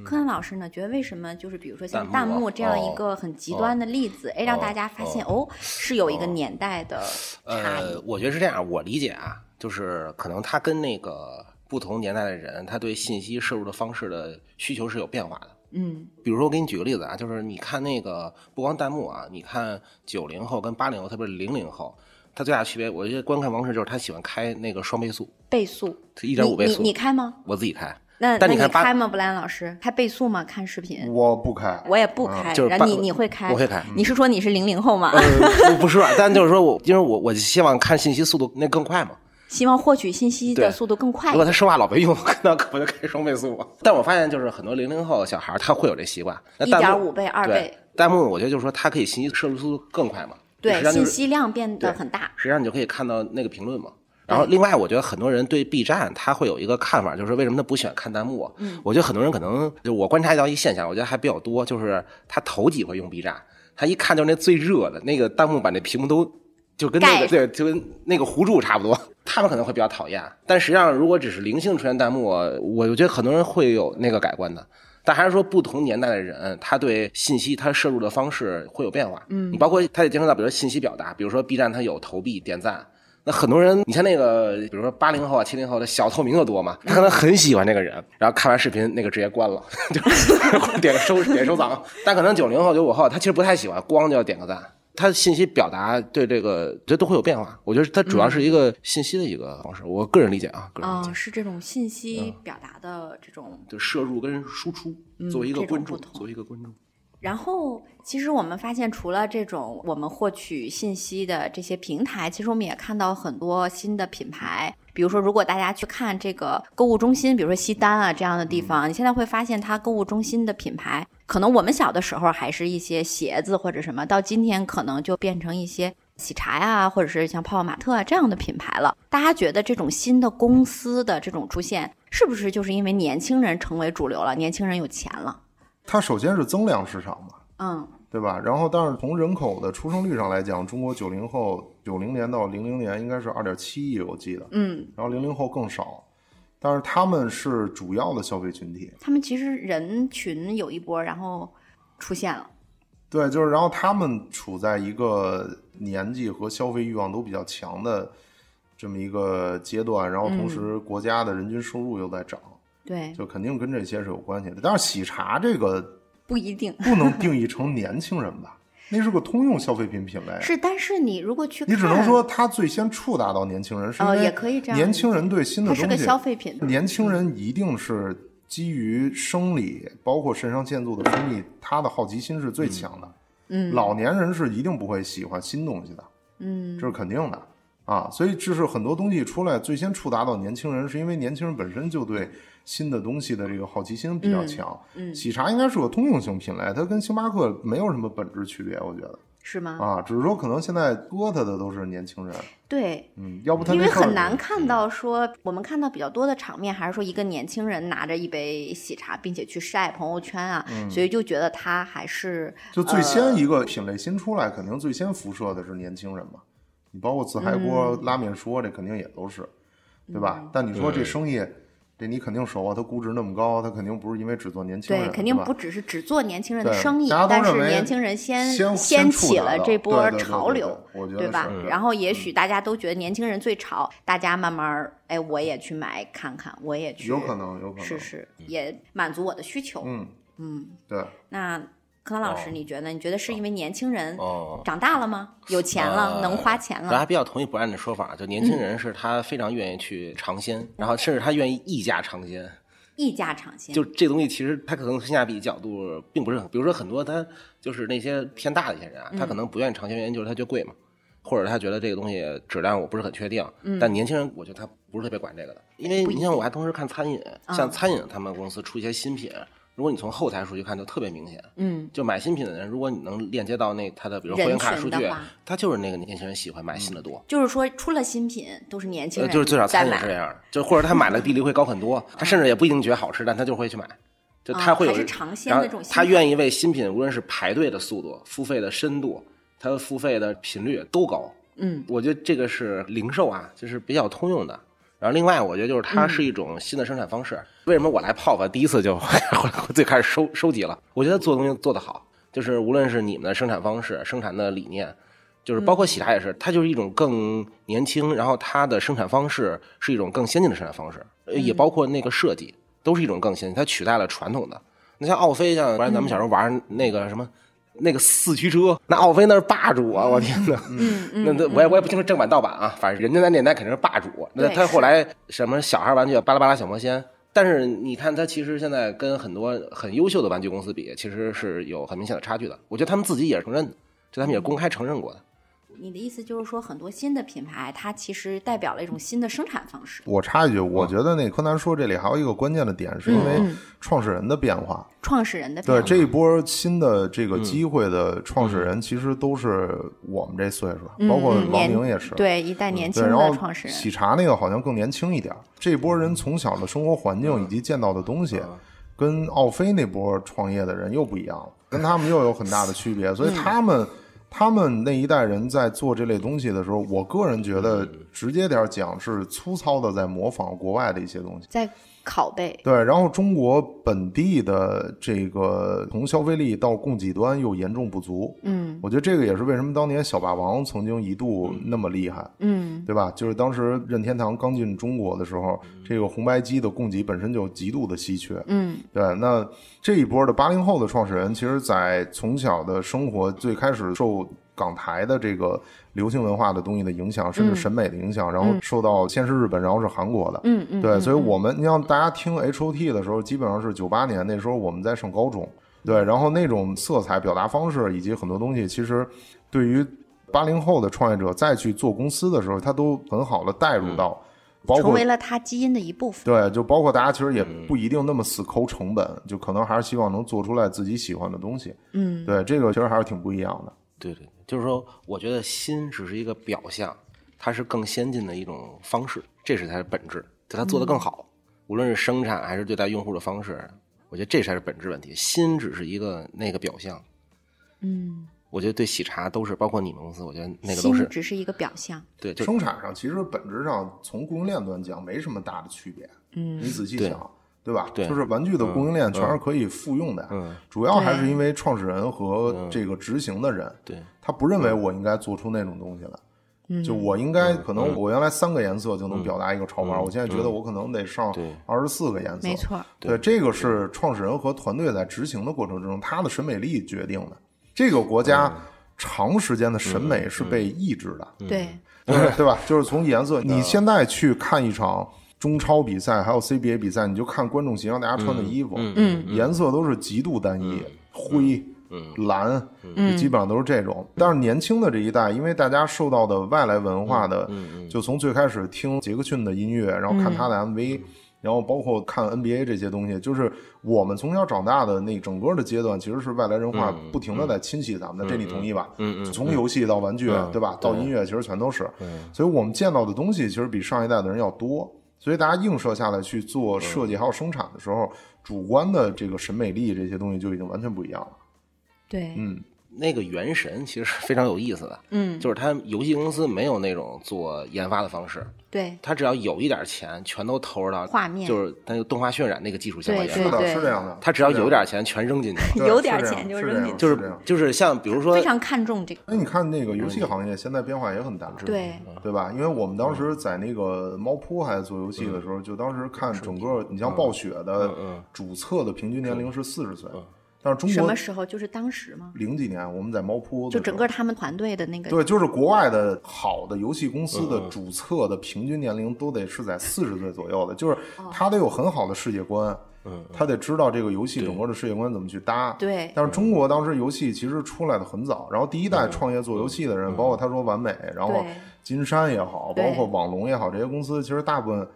Speaker 2: 柯南老师呢，觉得为什么就是比如说像弹
Speaker 4: 弹幕啊
Speaker 2: 幕这样一
Speaker 4: 哦
Speaker 2: 个很极端的例子，哎，让大家发现哦，是有一个年代的差
Speaker 4: 呃
Speaker 2: 异，，
Speaker 4: 我觉得是这样，我理解啊，就是可能他跟那个不同年代的人，他对信息摄入的方式的需求是有变化的。
Speaker 2: 嗯
Speaker 4: 比如说，我给你举个例子啊，就是你看那个不光弹幕啊，你看九零后跟八零后，特别是零零后，他最大区别，我觉得观看方式就是他喜欢开那个双倍速，
Speaker 2: 倍速，
Speaker 4: 一点五倍
Speaker 2: 你
Speaker 4: 速
Speaker 2: 你你开吗？
Speaker 4: 我自己开，
Speaker 2: 那
Speaker 4: 但
Speaker 2: 那
Speaker 4: 你看八
Speaker 2: 开吗，布兰老师？开倍速吗？看视频？
Speaker 3: 我不开，
Speaker 2: 我也不开，
Speaker 4: 嗯就是
Speaker 2: 然
Speaker 4: 八
Speaker 2: 后你你会开？
Speaker 4: 我会开嗯
Speaker 2: 你是说你是零零后吗？
Speaker 4: 呃，不不是吧，但就是说我，因为我我希望看信息速度那更快嘛。
Speaker 2: 希望获取信息的
Speaker 4: 对
Speaker 2: 速度更快
Speaker 4: 如。果他说话老没用， 那可我就开双倍速。但我发现就是很多零零后的小孩儿他会有这习惯，那
Speaker 2: 一
Speaker 4: 弹幕
Speaker 2: 点五倍、二倍，
Speaker 4: 对弹幕我觉得就是说它可以信息摄入速度更快嘛。
Speaker 2: 对
Speaker 4: 实际，上就
Speaker 2: 信
Speaker 4: 是
Speaker 2: 息量变得
Speaker 4: 对
Speaker 2: 很大。
Speaker 4: 实际上你就可以看到那个评论嘛。然后，另外，我觉得很多人对 B 站他会有一个看法，就是为什么他不喜欢看弹幕？嗯，我觉得很多人可能就我观察到一现象，我觉得还比较多，就是他头几回用 B 站，他一看就是那最热的那个弹幕把那屏幕都就跟那
Speaker 2: 盖
Speaker 4: 个对，就跟那个糊住差不多。他们可能会比较讨厌，但实际上如果只是零星出现弹幕，我觉得很多人会有那个改观的。但还是说，不同年代的人，他对信息他摄入的方式会有变化。嗯，你包括他也接触到，比如说信息表达，比如说 B 站它有投币点赞，那很多人，你像那个，比如说八零后啊、七零后的小透明的多嘛，他可能很喜欢这个人，然后看完视频那个直接关了， 就点个收点收藏。但可能九零后、九五后，他其实不太喜欢，光就要点个赞。他信息表达对这个，这都会有变化。我觉得它主要是一个信息的一个方式，我个人理解啊，个人理解。
Speaker 2: 嗯，是这种信息
Speaker 4: 嗯
Speaker 2: 表达的这种
Speaker 4: 就摄入跟输出
Speaker 2: 嗯
Speaker 4: 作为一个
Speaker 2: 这种
Speaker 4: 关注，
Speaker 2: 不同
Speaker 4: 作为一个关注。
Speaker 2: 然后，其实我们发现，除了这种我们获取信息的这些平台，其实我们也看到很多新的品牌。比如说，如果大家去看这个购物中心，比如说西单啊这样的地方，你现在会发现它购物中心的品牌，可能我们小的时候还是一些鞋子或者什么，到今天可能就变成一些喜茶呀、或者是像泡泡玛特啊这样的品牌了。大家觉得这种新的公司的这种出现，是不是就是因为年轻人成为主流了，年轻人有钱了？
Speaker 3: 它首先是增量市场嘛，
Speaker 2: 嗯
Speaker 3: 对吧？然后，但是从人口的出生率上来讲，中国九零后，九零年到零零年应该是二点七亿，我记得，
Speaker 2: 嗯，
Speaker 3: 然后零零后更少，但是他们是主要的消费群体。
Speaker 2: 他们其实人群有一波，然后出现了。
Speaker 3: 对，就是然后他们处在一个年纪和消费欲望都比较强的这么一个阶段，然后同时国家的人均收入又在涨，
Speaker 2: 对，
Speaker 3: 就肯定跟这些是有关系的。但是喜茶这个
Speaker 2: 不一定
Speaker 3: 不能定义成年轻人 吧，那是个通用消费品品类。啊
Speaker 2: 是，但是你如果去看，
Speaker 3: 你只能说它最先触达到年轻人，是因
Speaker 2: 哦
Speaker 3: 为
Speaker 2: 也可以这样
Speaker 3: 年轻人对新的
Speaker 2: 它
Speaker 3: 东
Speaker 2: 是
Speaker 3: 西，
Speaker 2: 个消费品。
Speaker 3: 年轻人一定是基于生理，包括肾上腺素的分泌，他的好奇心是最强的。
Speaker 2: 嗯
Speaker 3: 老年人是一定不会喜欢新东西的，
Speaker 2: 嗯
Speaker 3: 这是肯定的啊。所以，这是很多东西出来最先触达到年轻人，是因为年轻人本身就对新的东西的这个好奇心比较强。
Speaker 2: 嗯，
Speaker 3: 喜茶应该是个通用性品类，它跟星巴克没有什么本质区别，我觉得
Speaker 2: 是吗？
Speaker 3: 啊，只是说可能现在喝它的都是年轻人，
Speaker 2: 对，
Speaker 3: 嗯，要不它
Speaker 2: 因
Speaker 3: 那
Speaker 2: 为
Speaker 3: 事儿
Speaker 2: 很难看到说我们看到比较多的场面，还是说一个年轻人拿着一杯喜茶，并且去晒朋友圈啊，
Speaker 3: 嗯
Speaker 2: 所以就觉得他还是
Speaker 3: 就最
Speaker 2: 呃
Speaker 3: 先一个品类新出来，肯定最先辐射的是年轻人嘛。你包括自嗨锅、
Speaker 2: 嗯
Speaker 3: 拉面说，这肯定也都是，对吧？但你说这
Speaker 4: 对
Speaker 3: 生意，这你肯定熟啊，它估值那么高，它肯定不是因为只做年轻人，
Speaker 2: 对，肯定
Speaker 3: 对吧
Speaker 2: 不只是只做年轻人的
Speaker 3: 对
Speaker 2: 生意
Speaker 3: 大家，都
Speaker 2: 但是
Speaker 3: 认为
Speaker 2: 年轻人
Speaker 3: 先
Speaker 2: 掀
Speaker 3: 先触
Speaker 2: 起
Speaker 3: 达
Speaker 2: 了
Speaker 3: 到
Speaker 2: 这波
Speaker 3: 对对对
Speaker 2: 潮
Speaker 3: 对
Speaker 2: 流。
Speaker 3: 对我觉得
Speaker 2: 对吧
Speaker 3: 是？嗯
Speaker 2: 然后也许大家都觉得年轻人最潮，大家慢慢儿，哎，我也去买看看，我也去，
Speaker 3: 有可能，有可能
Speaker 2: 试试，也满足我的需求。
Speaker 3: 嗯，
Speaker 2: 嗯，
Speaker 3: 对，
Speaker 2: 那柯南老师，
Speaker 4: 哦
Speaker 2: 你觉得？你觉得是因为年轻人
Speaker 4: 哦，
Speaker 2: 长大了吗？有钱了，
Speaker 4: 呃
Speaker 2: 能花钱
Speaker 4: 然后
Speaker 2: 了？
Speaker 4: 还比较同意不按的说法，就年轻人是他非常愿意去尝鲜，然后甚至他愿意溢价尝鲜。
Speaker 2: 溢价尝鲜，
Speaker 4: 就这东西，其实它可能性价比角度并不是很，比如说很多他就是那些偏大的一些人啊，
Speaker 2: 嗯
Speaker 4: 他可能不愿意尝鲜，原因就是他觉得贵嘛，或者他觉得这个东西质量我不是很确定。
Speaker 2: 嗯
Speaker 4: 但年轻人，我觉得他不是特别管这个的，因为你像我还同时看餐饮，
Speaker 2: 啊
Speaker 4: 像餐饮他们公司出一些新品，如果你从后台数据看，就特别明显。
Speaker 2: 嗯，
Speaker 4: 就买新品的人，如果你能链接到那他的比如会员卡数
Speaker 2: 人群
Speaker 4: 据
Speaker 2: 的话，嗯
Speaker 4: 他就是那个年轻人喜欢买新的多。
Speaker 2: 就是说出了新品都是年轻
Speaker 4: 呃，
Speaker 2: 人，
Speaker 4: 就是最少
Speaker 2: 在
Speaker 4: 餐饮
Speaker 2: 买
Speaker 4: 是这样的，就或者他买了比例会高很多，他甚至也不一定觉得好吃，但他就会去买，就
Speaker 2: 啊
Speaker 4: 他会有、
Speaker 2: 还是尝鲜
Speaker 4: 然
Speaker 2: 的
Speaker 4: 后
Speaker 2: 这种心
Speaker 4: 他
Speaker 2: 态
Speaker 4: 愿意为新品，无论是排队的速度、付费的深度、他的付费的频率都高。
Speaker 2: 嗯，
Speaker 4: 我觉得这个是零售啊，就是比较通用的。然后另外，我觉得就是它是一种新的生产方式。为什么我来泡泡第一次就 后来我最开始收收集了？我觉得做东西做得好，就是无论是你们的生产方式、生产的理念，就是包括喜茶也是，它就是一种更年轻，然后它的生产方式是一种更先进的生产方式，呃也包括那个设计都是一种更先进，它取代了传统的。那像奥飞，像不然咱们小时候玩那个什么。那个四驱车，那奥飞那是霸主啊！我天哪，嗯， 那那我也我也不清楚正版盗版啊，反正人家那年代肯定是霸主。
Speaker 2: 对
Speaker 4: 那
Speaker 2: 是
Speaker 4: 他啊后来什么小孩玩具巴拉巴拉小魔仙，但是你看，它其实现在跟很多很优秀的玩具公司比，其实是有很明显的差距的。我觉得他们自己也是承认的，这他们也公开承认过的。
Speaker 2: 你的意思就是说，很多新的品牌，它其实代表了一种新的生产方式。
Speaker 3: 我插一句，我觉得那柯南说这里还有一个关键的点，
Speaker 2: 嗯
Speaker 3: 是因为创始人的变化。
Speaker 2: 创始人的
Speaker 3: 对
Speaker 2: 变化
Speaker 3: 这一波新的这个机会的创始人，其实都是我们这岁数，
Speaker 2: 嗯
Speaker 3: 包括
Speaker 2: 嗯
Speaker 3: 王
Speaker 2: 年
Speaker 3: 明也是。嗯
Speaker 2: 对一代年轻
Speaker 3: 对，然后
Speaker 2: 的创始人，
Speaker 3: 喜茶那个好像更年轻一点儿。这波人从小的生活环境以及见到的东西，跟奥飞那波创业的人又不一样了，跟他们又有很大的区别。所
Speaker 2: 嗯
Speaker 3: 以他们、他们那一代人在做这类东西的时候，我个人觉得直接点儿讲是粗糙的在模仿国外的一些东西。
Speaker 2: 在拷贝。
Speaker 3: 对，然后中国本地的这个从消费力到供给端又严重不足，
Speaker 2: 嗯
Speaker 3: 我觉得这个也是为什么当年小霸王曾经一度那么厉害，
Speaker 2: 嗯
Speaker 3: 对吧？就是当时任天堂刚进中国的时候，这个红白机的供给本身就极度的稀缺。
Speaker 2: 嗯
Speaker 3: 对，那这一波的八零后的创始人，其实在从小的生活最开始受港台的这个流行文化的东西的影响，甚至审美的影响，然后受到先是日本，然后是韩国的。
Speaker 2: 嗯嗯嗯，
Speaker 3: 对，所以我们你像大家听 H O T 的时候，基本上是九八年那时候我们在上高中，对，然后那种色彩表达方式以及很多东西，其实对于八零后的创业者再去做公司的时候，他都很好的带入到，包
Speaker 2: 成
Speaker 3: 括
Speaker 2: 为了它基因的一部分。
Speaker 3: 对，就包括大家其实也不一定那么死抠成本，就可能还是希望能做出来自己喜欢的东西。
Speaker 2: 嗯，
Speaker 3: 对，这个其实还是挺不一样的。
Speaker 4: 对对，就是说，我觉得新只是一个表象，它是更先进的一种方式，这是它的本质，就它做
Speaker 2: 嗯
Speaker 4: 得更好，无论是生产还是对待用户的方式，我觉得这才是本质问题。新只是一个那个表象，
Speaker 2: 嗯，
Speaker 4: 我觉得对喜茶都是，包括你们公司，我觉得那个都
Speaker 2: 心
Speaker 4: 是
Speaker 2: 只是一个表象。
Speaker 4: 对，就
Speaker 3: 生产上其实本质上从供应链端讲没什么大的区别。
Speaker 2: 嗯
Speaker 3: 你仔细
Speaker 4: 对
Speaker 3: 想，对吧？
Speaker 4: 对嗯
Speaker 3: 就是玩具的供应链全是可以复用的呀，主要还是因为创始人
Speaker 4: 嗯
Speaker 3: 和这个执行的人，
Speaker 4: 对
Speaker 3: 他不认为
Speaker 4: 嗯
Speaker 3: 我应该做出那种东西来。
Speaker 2: 嗯
Speaker 3: 就我应该可
Speaker 4: 嗯
Speaker 3: 能我原来三个颜色就能表达一个潮玩，我现在觉得我可能得上
Speaker 4: 对
Speaker 3: 二十四个颜色。
Speaker 2: 没错，
Speaker 3: 对，这个是创始人和团队在执行的过程之中，他的审美力决定的。这个国家
Speaker 4: 嗯
Speaker 3: 长时间的审美是被抑制的，
Speaker 2: 对，
Speaker 3: 嗯对对吧？ 嗯就是从颜色，你现在去看一场中超比赛，还有 CBA 比赛，你就看观众席上大家穿的衣服，
Speaker 2: 嗯
Speaker 3: 颜色都是极度单一，灰。蓝，就基本上都是这种。但是年轻的这一代，因为大家受到的外来文化的，就从最开始听杰克逊的音乐，然后看他的 MV，然后包括看 NBA 这些东西，就是我们从小长大的那整个的阶段，其实是外来文化不停的在侵袭咱们的。这你同意吧？嗯嗯。从游戏到玩具，
Speaker 2: 嗯
Speaker 3: 对吧？到音乐，其实全都是。所以我们见到的东西，其实比上一代的人要多。所以大家映射下来去做设计还有生产的时候，主观的这个审美力这些东西就已经完全不一样了。
Speaker 2: 对，
Speaker 3: 嗯，
Speaker 4: 那个《原神》其实是非常有意思的，
Speaker 2: 嗯，
Speaker 4: 就是它游戏公司没有那种做研发的方式，
Speaker 2: 对，
Speaker 4: 它只要有一点钱，全都投入到
Speaker 2: 画面
Speaker 4: 就是它那个动画渲染那个技术相关
Speaker 2: 对
Speaker 4: 研
Speaker 3: 是
Speaker 4: 发，
Speaker 3: 的，是这样的。
Speaker 4: 它只要有一点钱全扔进去了。
Speaker 3: 对
Speaker 2: 有点
Speaker 3: 是这样
Speaker 2: 钱就是
Speaker 3: 这
Speaker 2: 扔
Speaker 3: 样
Speaker 2: 进去
Speaker 4: 就是
Speaker 3: 这样。
Speaker 4: 就是像比如说
Speaker 2: 非，常看重这个。
Speaker 3: 那你看那个游戏行业现在变化也很大，
Speaker 2: 对，
Speaker 3: 对吧？因为我们当时在那个猫扑还做游戏的时候，就当时看整个，你像暴雪
Speaker 2: 嗯
Speaker 3: 的主测的平均年龄是四十岁，但是中
Speaker 2: 什
Speaker 3: 国
Speaker 2: 么时候就是当时吗？
Speaker 3: 零几年我们在猫扑的
Speaker 2: 就
Speaker 3: 时
Speaker 2: 整
Speaker 3: 候
Speaker 2: 个他们团队的那个
Speaker 3: 对，就是国外的好的游戏公司的
Speaker 4: 嗯
Speaker 3: 主策的平均年龄都得是在四十岁左右的，就是
Speaker 2: 哦
Speaker 3: 他得有很好的世界观，嗯，他得知道这个游戏整个的世界观怎么去搭。
Speaker 2: 对
Speaker 3: 但是中国当时游戏其实出来的很早，然后第一
Speaker 4: 嗯
Speaker 3: 代创业做游戏的人，包括他说完美，然后
Speaker 2: 对
Speaker 3: 金山也好，包
Speaker 2: 对
Speaker 3: 括网龙也好，这些公司其实大部分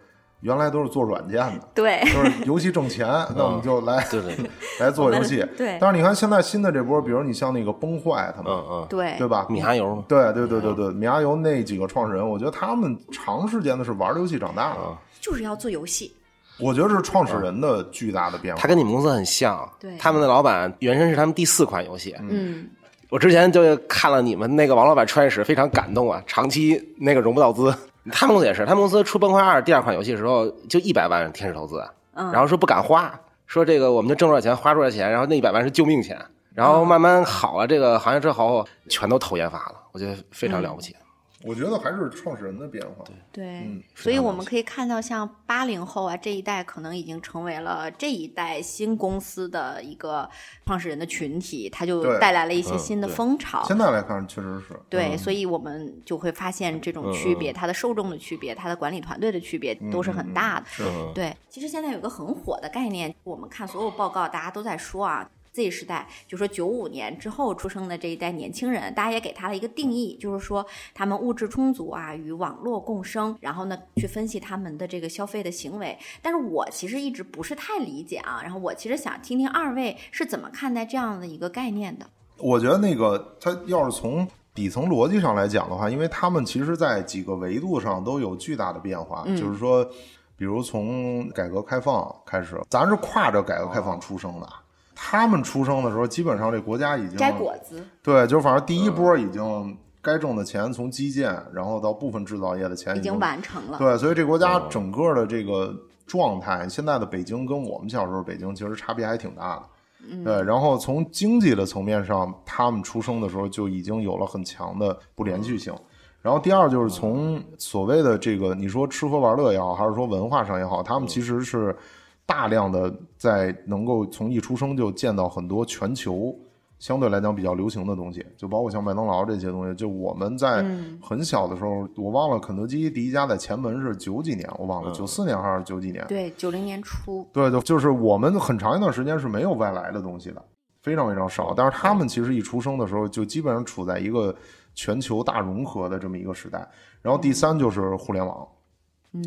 Speaker 3: 原来都是做软件的。
Speaker 2: 对
Speaker 3: 就是游戏挣 钱，那我们就来
Speaker 4: 嗯对对对，
Speaker 3: 来做游戏。
Speaker 2: 对
Speaker 3: 但是你看现在新的这波，比如你像那个崩坏他们，
Speaker 4: 嗯
Speaker 2: 对
Speaker 3: 对吧？
Speaker 4: 嗯，米哈游嘛，
Speaker 3: 对对对
Speaker 4: 嗯
Speaker 3: 对对，米亚游那几个创始人，我觉得他们长时间的是玩游戏长大
Speaker 4: 嗯
Speaker 3: 的，
Speaker 2: 就是要做游戏，
Speaker 3: 我觉得是创始人的巨大的变
Speaker 4: 他
Speaker 3: 化。
Speaker 4: 跟你们公司很像，
Speaker 2: 对
Speaker 4: 他们的老板原身是他们第四款游戏。
Speaker 2: 嗯，
Speaker 4: 我之前就看了你们那个王老板创业史，非常感动啊，长期那个融不到资。他们公司也是，他们公司出《崩溃二》第二款游戏的时候就一百万天使投资，
Speaker 2: 嗯
Speaker 4: 然后说不敢花，说这个我们就挣多少钱花多少钱，然后那一百万是救命钱。
Speaker 2: 嗯嗯
Speaker 4: 然后慢慢好了，这个行业之后全都投研发了，我觉得非常了不起。
Speaker 3: 我觉得还是创始人的变化。
Speaker 2: 对，
Speaker 3: 嗯
Speaker 2: 所以
Speaker 4: 是的
Speaker 2: 我们可以看到，像八零后啊这一代，可能已经成为了这一代新公司的一个创始人的群体，它就
Speaker 3: 对
Speaker 2: 带来了一些
Speaker 4: 嗯
Speaker 2: 新的
Speaker 4: 对
Speaker 2: 风潮。
Speaker 3: 现在来看，确实是
Speaker 2: 对，
Speaker 3: 嗯
Speaker 2: 所以我们就会发现这种区别，它的受众的区别，它的管理团队的区别都是很大的。
Speaker 3: 是
Speaker 4: 嗯嗯
Speaker 2: 对，其实现在有个很火的概念，我们看所有报告，大家都在说啊。Z 时代，就说九五年之后出生的这一代年轻人，大家也给他了一个定义，就是说他们物质充足啊，与网络共生，然后呢去分析他们的这个消费的行为。但是我其实一直不是太理解啊，然后我其实想听听二位是怎么看待这样的一个概念的。
Speaker 3: 我觉得那个他要是从底层逻辑上来讲的话，因为他们其实在几个维度上都有巨大的变化，就是说，比如从改革开放开始，咱是跨着改革开
Speaker 4: 哦
Speaker 3: 放出生的。他们出生的时候，基本上这国家已经
Speaker 2: 摘果子，
Speaker 3: 对，就反正第一
Speaker 2: 嗯
Speaker 3: 波已经该挣的钱从基建，然后到部分制造业的
Speaker 4: 嗯
Speaker 3: 钱
Speaker 2: 已经
Speaker 3: 经
Speaker 2: 完成了。嗯
Speaker 3: 对，所以这国家整个的这个状态，现在的北京跟我们小时候北京其实差别还挺大的。
Speaker 2: 嗯
Speaker 3: 对，然后从经济的层面上，他们出生的时候就已经有了很强的不连续
Speaker 2: 嗯
Speaker 3: 性。然后第二就是从所谓的这个，你说吃喝玩乐也好，还是说文化上也好，
Speaker 2: 嗯
Speaker 3: 他们其实是大量的在能够从一出生就见到很多全球相对来讲比较流行的东西，就包括像麦当劳这些东西。就我们在很小的时候，我忘了肯德基第一家在前门是九几年，我忘了九四年还是九几年。
Speaker 2: 对，九零年初，
Speaker 3: 对，就就是我们很长一段时间是没有外来的东西的，非常非常少。但是他们其实一出生的时候就基本上处在一个全球大融合的这么一个时代。然后第三就是互联网，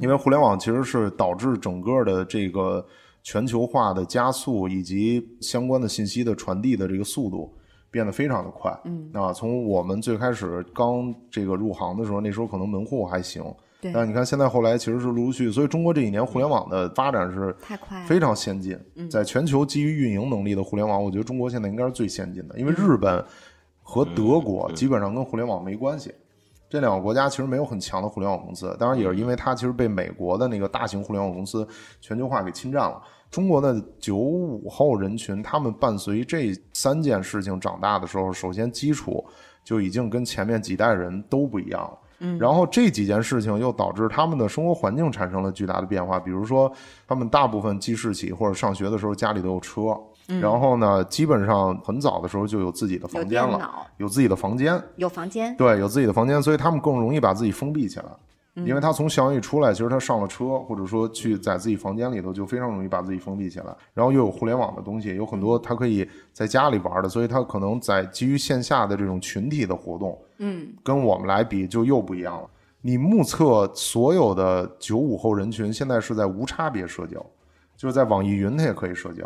Speaker 3: 因为互联网其实是导致整个的这个全球化的加速以及相关的信息的传递的这个速度。变得非常的快，嗯啊，从我们最开始刚这个入行的时候，那时候可能门户还行，
Speaker 2: 对
Speaker 3: 但你看现在后来其实是陆陆续，所以中国这几年互联网的发展是
Speaker 2: 太快了。
Speaker 3: 非常先进，在全球基于运营能力的互联网，我觉得中国现在应该是最先进的，因为日本和德国基本上跟互联网没关系。这两个国家其实没有很强的互联网公司，当然也是因为它其实被美国的那个大型互联网公司全球化给侵占了。中国的九五后人群，他们伴随这三件事情长大的时候，首先基础就已经跟前面几代人都不一样了。嗯，然后这几件事情又导致他们的生活环境产生了巨大的变化，比如说他们大部分记事起或者上学的时候家里都有车，
Speaker 2: 嗯
Speaker 3: 然后呢，基本上很早的时候就有自己的
Speaker 2: 有
Speaker 3: 房间
Speaker 2: 电
Speaker 3: 了，
Speaker 2: 脑，
Speaker 3: 有自己的房间，
Speaker 2: 有房间，
Speaker 3: 对，有自己的房间，所以他们更容易把自己封闭起来。
Speaker 2: 嗯
Speaker 3: 因为他从校园一出来，其实他上了车，或者说去在自己房间里头，就非常容易把自己封闭起来。然后又有互联网的东西，有很多他可以在家里玩的，所以他可能在基于线下的这种群体的活动，
Speaker 2: 嗯，
Speaker 3: 跟我们来比就又不一样了。你目测所有的九五后人群现在是在无差别社交，就是在网易云它也可以社交，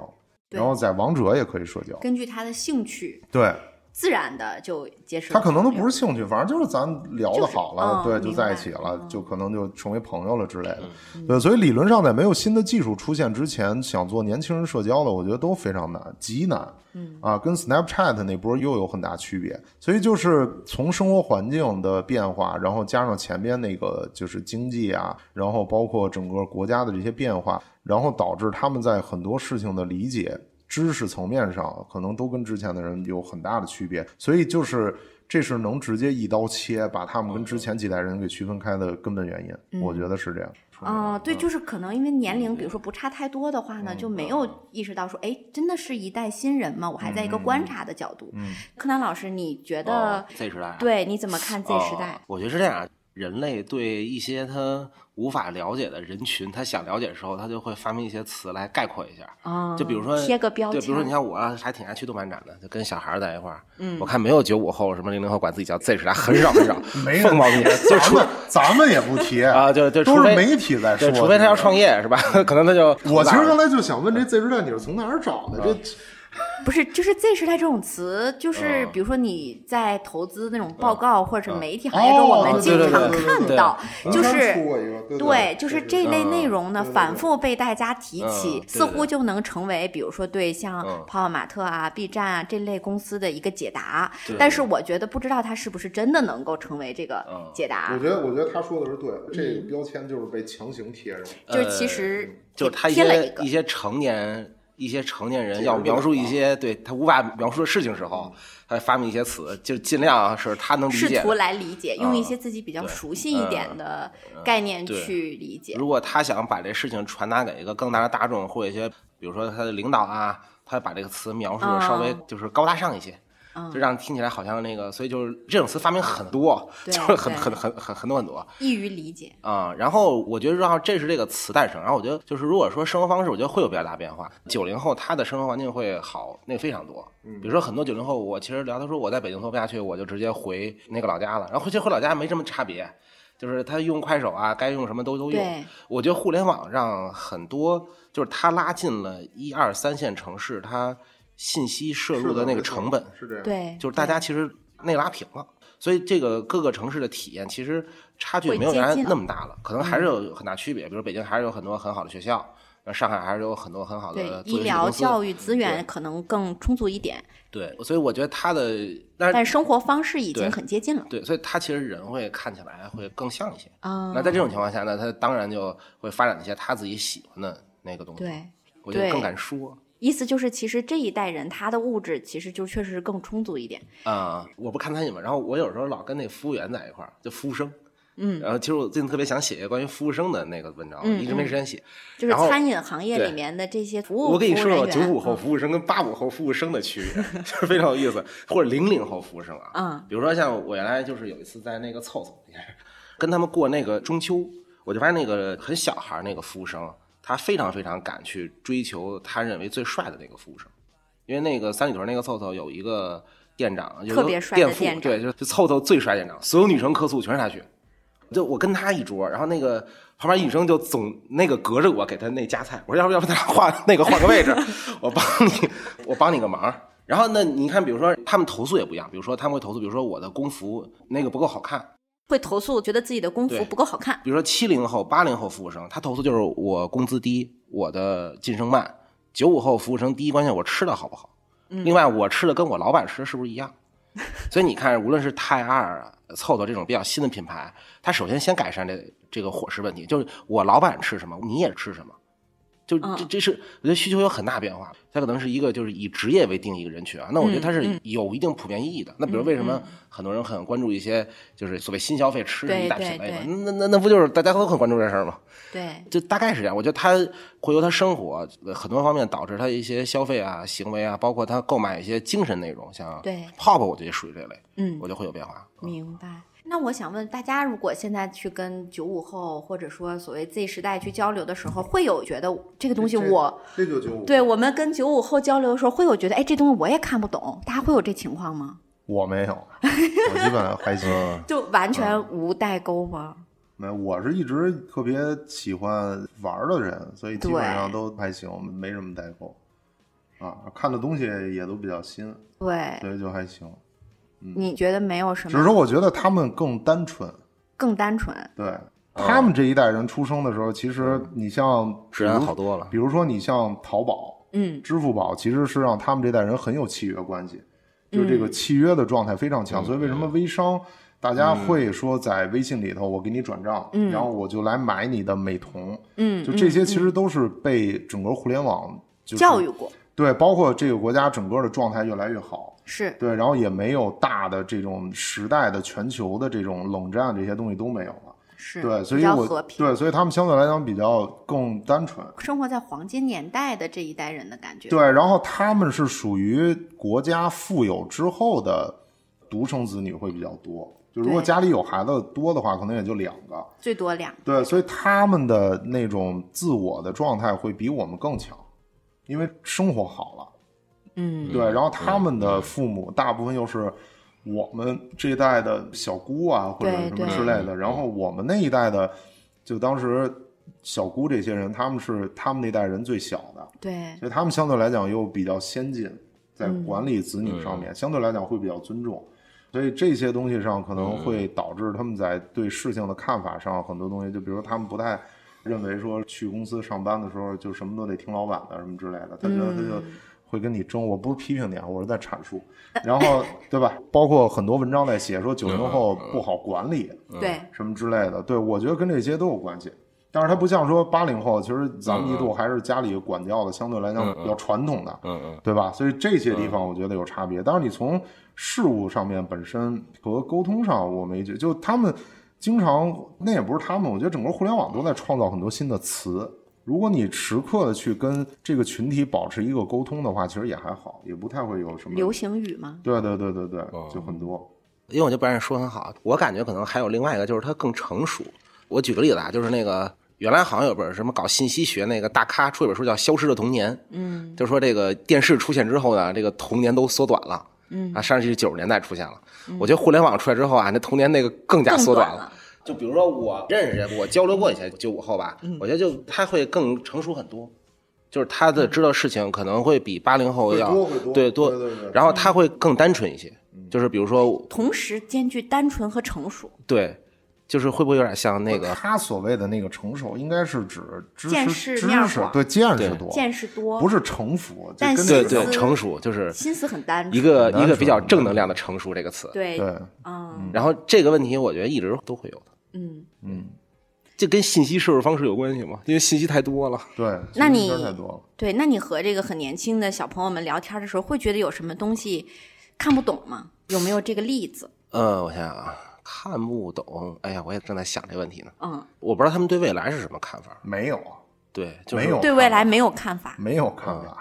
Speaker 2: 对
Speaker 3: 然后在王者也可以社交，
Speaker 2: 根据他的兴趣，
Speaker 3: 对，
Speaker 2: 自然的就结识了
Speaker 3: 他可
Speaker 2: 朋友。
Speaker 3: 能都不是兴趣，反正就是咱聊的好了，
Speaker 2: 就是嗯
Speaker 3: 对，
Speaker 2: 明
Speaker 3: 就
Speaker 2: 白
Speaker 3: 在一起了，
Speaker 2: 嗯
Speaker 3: 就可能就成为朋友了之类的。对，所以理论上在没有新的技术出现之前，想做年轻人社交的，我觉得都非常难，极难。嗯啊，跟 Snapchat 那波又有很大区别。所以就是从生活环境的变化，然后加上前边那个就是经济啊，然后包括整个国家的这些变化，然后导致他们在很多事情的理解。知识层面上，可能都跟之前的人有很大的区别，所以就是这是能直接一刀切把他们跟之前几代人给区分开的根本原因，我觉得是这样。
Speaker 2: 嗯，对，就是可能因为年
Speaker 4: 嗯
Speaker 2: 龄，比如说不差太多的话呢，就没有意识到说，哎，真的是一代新人吗？我还在一个
Speaker 4: 嗯
Speaker 2: 观察的角度。柯南老师，你觉
Speaker 4: 哦
Speaker 2: 得、
Speaker 4: Z 时代啊，
Speaker 2: 对？你怎么看 Z 时代
Speaker 4: 哦？我觉得是这样，人类对一些他无法了解的人群，他想了解的时候，他就会发明一些词来概括一下。
Speaker 2: 啊？
Speaker 4: 哦就比如说
Speaker 2: 贴个标签，
Speaker 4: 对，比如说你像我啊还挺爱去动漫展的，就跟小孩儿在一块儿。嗯，我看没有九五后什么零零后管自己叫 Z 时代，很少很少，
Speaker 3: 人
Speaker 4: 凤毛麟角，就
Speaker 3: 咱
Speaker 4: 除
Speaker 3: 们咱们也不提
Speaker 4: 啊，就就除
Speaker 3: 都是
Speaker 4: 非
Speaker 3: 媒体在说
Speaker 4: 对，，除非他要创。业是吧？ 可能他就
Speaker 3: 我其实刚才就想问，这 Z 时代你是从哪儿找的？
Speaker 4: 啊
Speaker 3: 这
Speaker 2: 不是，就是 Z 时代这种词，就是
Speaker 4: 哦
Speaker 2: 比如说你在投资那种报告或者是媒体行业中，
Speaker 3: 哦
Speaker 2: 我们经常
Speaker 4: 对对对对
Speaker 2: 看到，
Speaker 3: 咱
Speaker 2: 就
Speaker 3: 刚
Speaker 2: 是
Speaker 3: 出过一个，对
Speaker 2: 对，就是这类
Speaker 4: 嗯
Speaker 2: 内容呢，
Speaker 3: 对对对
Speaker 2: 反复被大家提起
Speaker 4: 嗯，对
Speaker 2: 似乎就能成为，比如说对像
Speaker 4: 嗯
Speaker 2: 泡泡玛特啊、B 站啊这类公司的一个解答
Speaker 4: 对。
Speaker 2: 但是我觉得不知道它是不是真的能够成为这嗯个
Speaker 4: 嗯
Speaker 2: 解答
Speaker 3: 我，觉得我觉得他说的是对的，这个标签就是被强行贴上。
Speaker 2: 就是其实
Speaker 4: 呃就是他一
Speaker 2: 贴了一
Speaker 4: 些
Speaker 2: 个
Speaker 4: 一些成年一些成年人
Speaker 3: 解
Speaker 4: 要
Speaker 3: 释不
Speaker 4: 描述
Speaker 3: 了
Speaker 4: 一些对他无法描述的事情时候，他发明一些词，就尽量啊是他能理
Speaker 2: 嗯试
Speaker 4: 解
Speaker 2: 图
Speaker 4: 的。
Speaker 2: 来理解，
Speaker 4: 嗯
Speaker 2: 用一些自己比较
Speaker 4: 对嗯
Speaker 2: 熟悉一点的概念
Speaker 4: 对
Speaker 2: 去理解。
Speaker 4: 如果他想把这事情传达给一个更大的大众，或者一些比如说他的领导啊，他把这个词描述的稍微
Speaker 2: 嗯
Speaker 4: 就是高大上一些，
Speaker 2: 嗯
Speaker 4: 就让听起来好像那个，所以就是这种词发明很多，
Speaker 2: 对
Speaker 4: 就是很
Speaker 2: 对
Speaker 4: 很很很很多很多
Speaker 2: 易于理解。
Speaker 4: 啊、然后我觉得让这是这个词诞生，然后我觉得就是如果说生活方式，我觉得会有比较大变化。九零后他的生活环境会好那个非常多，比如说很多九零后，我其实聊他说我在北京做不下去，我就直接回那个老家了，然后回去回老家没什么差别。就是他用快手啊，该用什么都都用
Speaker 2: 对。
Speaker 4: 我觉得互联网让很多，就是它拉近了一二三线城市，它信息摄入的那个成本，
Speaker 3: 是这样。
Speaker 2: 对，
Speaker 4: 就是大家其实内拉平了，所以这个各个城市的体验其实差距没有
Speaker 2: 会接
Speaker 4: 原来
Speaker 2: 近
Speaker 4: 那么大了，可能还是有很大区别。比如北京还是有很多很好的学校，那上海还是有很多很好
Speaker 2: 对
Speaker 4: 的
Speaker 2: 医疗教
Speaker 4: 育。
Speaker 2: 育资源可能更充足一点，
Speaker 4: 对，所以我觉得他的，但
Speaker 2: 但
Speaker 4: 是
Speaker 2: 是生活方式已
Speaker 4: 对
Speaker 2: 经很接近了。
Speaker 4: 对，所以他其实人会看起来会更像一些。
Speaker 2: 啊，
Speaker 4: 那在这种情况下呢，他当然就会发展一些他自己喜欢的那个东西。，
Speaker 2: 对，
Speaker 4: 我觉得
Speaker 2: 对
Speaker 4: 更敢说
Speaker 2: 意思就是其实这一代人他的物质其实就确实更充足一点。
Speaker 4: 啊、我不看餐饮嘛，然后我有时候老跟那服务员在一块儿，就服务生。
Speaker 2: 嗯，
Speaker 4: 然后其实我最近特别想写一个关于服务生的那个文章，
Speaker 2: 嗯
Speaker 4: 一直没时间写。
Speaker 2: 就是
Speaker 4: 然后
Speaker 2: 餐饮行业
Speaker 4: 对
Speaker 2: 里面的这些服务
Speaker 4: 我跟你
Speaker 2: 服务
Speaker 4: 说说
Speaker 2: 人嗯
Speaker 4: 九
Speaker 2: 员
Speaker 4: 五后服务生跟八五后服务生的区别， 就是非常有意思，或者零零后服务生啊，
Speaker 2: 嗯
Speaker 4: 比如说像我原来就是有一次在那个凑凑，也是跟他们过那个中秋，我就发现那个很小孩儿那个服务生，他非常非常敢去追求他认为最帅的那个服务生，因为那个三里屯那个凑凑有一个店长，有一个
Speaker 2: 特别帅的
Speaker 4: 店副
Speaker 2: 店长
Speaker 4: 对，就就凑凑最帅店长，所有女生客诉全是他去。就我跟他一桌，然后那个旁边一女生就总那个隔着我给他那夹菜，我说要不要不咱俩换那个换个位置，我帮你我帮你个忙。然后呢，你看，比如说他们投诉也不一样，比如说他们会投诉，比如说我的工服那个不够好看，
Speaker 2: 会投诉，觉得自己的工服
Speaker 4: 对
Speaker 2: 不够好看。
Speaker 4: 比如说七零后、八零后服务生，他投诉就是我工资低，我的晋升慢；九五后服务生，第一关键我吃的好不好，
Speaker 2: 嗯
Speaker 4: 另外我吃的跟我老板吃的是不是一样？ 所以你看，无论是泰二啊、凑凑这种比较新的品牌，它首先先改善这这个伙食问题，就是我老板吃什么，你也吃什么。就
Speaker 2: 嗯
Speaker 4: 这，这是我觉得需求有很大变化。它可能是一个就是以职业为定义的人群啊，那我觉
Speaker 2: 嗯
Speaker 4: 得它是有一定普遍意义的。那比如为什么很多人很关注一些就是所谓新消费吃
Speaker 2: 对
Speaker 4: 一大
Speaker 2: 对
Speaker 4: 品类嘛？
Speaker 2: 对
Speaker 4: 那那那不就是大家都很关注这事儿吗？
Speaker 2: 对，
Speaker 4: 就大概是这样。我觉得他会由他生活呃很多方面导致他一些消费啊、行为啊，包括他购买一些精神内容，像
Speaker 2: 对
Speaker 4: pop，我觉得属于这类，
Speaker 2: 嗯
Speaker 4: 啊我，就会有变化。
Speaker 2: 明白。那我想问大家，如果现在去跟九五后或者说所谓 Z 时代去交流的时候，会有觉得这个东西
Speaker 3: 这
Speaker 2: 我
Speaker 3: 这就就
Speaker 2: 对我们跟九五后交流的时候，会有觉得哎，这东西我也看不懂，大家会有这情况吗？
Speaker 3: 我没有，我基本还行。
Speaker 4: 嗯
Speaker 2: 就完
Speaker 4: 啊
Speaker 2: 全无代沟吗？
Speaker 3: 没有，我是一直特别喜欢玩的人，所以基本上
Speaker 2: 对
Speaker 3: 都还行，没什么代沟。啊，看的东西也都比较新，
Speaker 2: 对，
Speaker 3: 所以就还行。
Speaker 4: 嗯
Speaker 2: 你觉得没有什
Speaker 3: 只是
Speaker 2: 么
Speaker 3: 说，我觉得他们更单纯。
Speaker 2: 更单纯？
Speaker 3: 对他们这一代人出生的时候，其实你像
Speaker 4: 哦嗯治安好多了
Speaker 3: 比如说你像淘宝，
Speaker 2: 嗯，
Speaker 3: 支付宝其实是让他们这代人很有契约关系，就是这个契约的状态非常强。所以为什
Speaker 4: 嗯
Speaker 3: 么微商大家会说在微信里头我给你转账，然后我就来买你的美瞳，
Speaker 2: 嗯
Speaker 3: 就这些其实都是被整个互联网就是
Speaker 2: 教育过
Speaker 3: 对，包括这个国家整个的状态越来越好。
Speaker 2: 是
Speaker 3: 对，然后也没有大的这种时代的全球的这种冷战这些东西都没有了，
Speaker 2: 是，
Speaker 3: 对，
Speaker 2: 嗯
Speaker 3: 所
Speaker 2: 比
Speaker 3: 以
Speaker 2: 较
Speaker 3: 我
Speaker 2: 和平，
Speaker 3: 对，所以他们相对来讲比较更单纯，
Speaker 2: 生活在黄金年代的这一代人的感觉。
Speaker 3: 对，然后他们是属于国家富有之后的独生子女会比较多，就如果
Speaker 2: 对
Speaker 3: 家里有孩子多的话，可能也就两个。
Speaker 2: 最多两个
Speaker 3: 对，所以他们的那种自我的状态会比我们更强，因为生活好了。
Speaker 2: 嗯，
Speaker 3: 对，然后他们的父母大部分又是我们这一代的小姑啊，或者
Speaker 2: 对
Speaker 3: 什么
Speaker 2: 对
Speaker 3: 之类的，然后我们那一代的，就当时小姑这些人，他们是他们那代人最小的。
Speaker 2: 对，
Speaker 3: 所以他们相对来讲又比较先进，在管理子女上面、相对来讲会比较尊重，所以这些东西上可能会导致他们在对事情的看法上很多东西，就比如他们不太认为说去公司上班的时候就什么都得听老板的什么之类的，他觉得他就。会跟你争，我不是批评你啊，我是在阐述，然后对吧？包括很多文章在写说九零后不好管理
Speaker 2: 对，
Speaker 3: 嗯什么之类的，对我觉得跟这些都有关系。但是它不像说八零后，其实
Speaker 4: 嗯
Speaker 3: 咱们一度还是家里管教的相对来讲比较传统的，
Speaker 4: 嗯嗯，
Speaker 3: 对吧？所以这些地方我觉得有差别。但是你从事物上面本身和沟通上，我没觉就他们经常那也不是他们，我觉得整个互联网都在创造很多新的词。如果你时刻的去跟这个群体保持一个沟通的话，其实也还好，也不太会有什么
Speaker 2: 流。行语吗？
Speaker 3: 对对对对对，
Speaker 4: 哦
Speaker 3: 就很多。
Speaker 4: 因为我觉得白人说得很好，我感觉可能还有另外一个，就是他更成熟。我举个例子啊，就是那个原来好像有本什么搞信息学那个大咖出一本书叫《消失的童年》，嗯，就说这个电视出现之后呢，这个童年都缩短了，嗯啊，上世纪九十年代出现了。我觉得互联网出来之后啊，那童年那个更加缩短
Speaker 2: 更短了
Speaker 4: 就比如说我认识人，我交流过一些九五后吧，我觉得就他会更成熟很多，就是他的知道事情可能会比八零后要
Speaker 3: 会多会多
Speaker 4: 对多
Speaker 3: 对对对嗯
Speaker 4: 然后他会更单纯一些，就是比如说
Speaker 2: 同时兼具单纯和成熟，
Speaker 4: 对，就是会不会有点像那个
Speaker 3: 他所谓的那个成熟，应该是指知
Speaker 2: 见
Speaker 3: 识、
Speaker 2: 识
Speaker 3: 知
Speaker 2: 面
Speaker 3: 识
Speaker 2: 广
Speaker 3: 对见识
Speaker 4: 对
Speaker 3: 多，
Speaker 2: 见识多，
Speaker 3: 不是城府，就
Speaker 2: 但
Speaker 3: 跟
Speaker 2: 是
Speaker 3: 那
Speaker 4: 对
Speaker 3: 个
Speaker 4: 对
Speaker 2: 思
Speaker 4: 成熟，就是
Speaker 2: 心思很单纯，
Speaker 4: 一个
Speaker 3: 单
Speaker 4: 一个比
Speaker 3: 纯
Speaker 4: 较正能量的成熟这个词。
Speaker 2: 对，
Speaker 3: 对
Speaker 2: 嗯
Speaker 4: 然后这个问题我觉得一直都会有的，
Speaker 2: 嗯，
Speaker 4: 这跟信息摄入方式有关系吗？因为信息太多了。
Speaker 3: 对，
Speaker 2: 那
Speaker 3: 其实
Speaker 2: 你
Speaker 3: 真太多了。
Speaker 2: 对。那你和这个很年轻的小朋友们聊天的时候，会觉得有什么东西看不懂吗？有没有这个例子？
Speaker 4: 嗯，我想想啊，看不懂。哎呀，我也正在想这问题呢。
Speaker 2: 嗯，
Speaker 4: 我不知道他们对未来是什么看法。
Speaker 3: 没有，啊
Speaker 4: 对，就是、嗯
Speaker 3: 没有
Speaker 2: 对未来没有看法，
Speaker 3: 没有看法，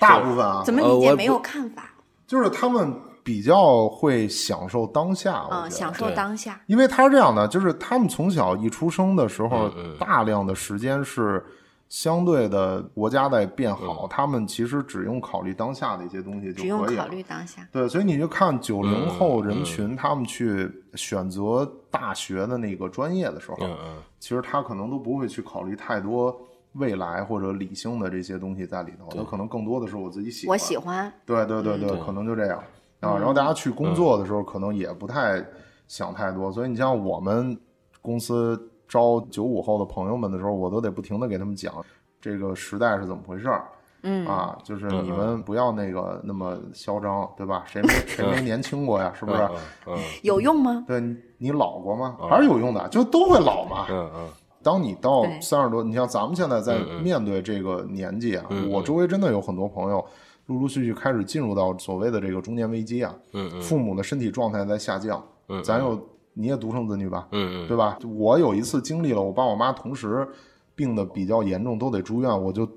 Speaker 3: 大部分啊
Speaker 2: 怎，么
Speaker 4: 呃
Speaker 2: 理
Speaker 4: 我
Speaker 2: 解
Speaker 4: 也
Speaker 2: 没有看法？
Speaker 3: 就是他们比较会享受当下，我觉
Speaker 2: 嗯，
Speaker 3: 得
Speaker 2: 享受
Speaker 4: 对
Speaker 2: 当下，
Speaker 3: 因为他是这样的，就是他们从小一出生的时
Speaker 4: 嗯
Speaker 3: 候，大量的时间是相对的国家在变好，
Speaker 4: 嗯
Speaker 3: 他们其实只用考虑当下的一些东西就
Speaker 2: 只用
Speaker 3: 可以
Speaker 2: 考
Speaker 3: 了。
Speaker 2: 虑当下。
Speaker 3: 对，所以你就看九零后人群，他们去选择大学的那个专业的时候，
Speaker 4: 嗯
Speaker 3: 其实他可能都不会去考虑太多未来或者理性的这些东西在里头，有可能更多的是我自己喜欢。
Speaker 2: 我喜欢，
Speaker 3: 对对对对，可能就这样啊。然后大家去工作的时候，可能也不太想太多。所以你像我们公司招九五后的朋友们的时候，我都得不停的给他们讲这个时代是怎么回事儿。
Speaker 2: 嗯
Speaker 3: 啊，就是你们不要那个那么嚣张，对吧？谁没谁没年轻过呀？是不是？
Speaker 4: 嗯嗯
Speaker 2: 有用吗？
Speaker 3: 对你你老过吗？还是有用的，就都会老嘛。
Speaker 4: 嗯嗯
Speaker 3: 当你到
Speaker 2: 对
Speaker 3: 三十多，你像咱们现在在面对这个年纪啊，
Speaker 4: 嗯
Speaker 3: 我周围真的有很多朋友，陆陆续续开始进入到所谓的这个中年危机啊，
Speaker 4: 嗯
Speaker 3: 父母的身体状态在下降，
Speaker 4: 嗯
Speaker 3: 咱有你也独生子女吧，
Speaker 4: 嗯嗯
Speaker 3: 对吧？我有一次经历了，我爸我妈同时病的比较严重，都得住院，我就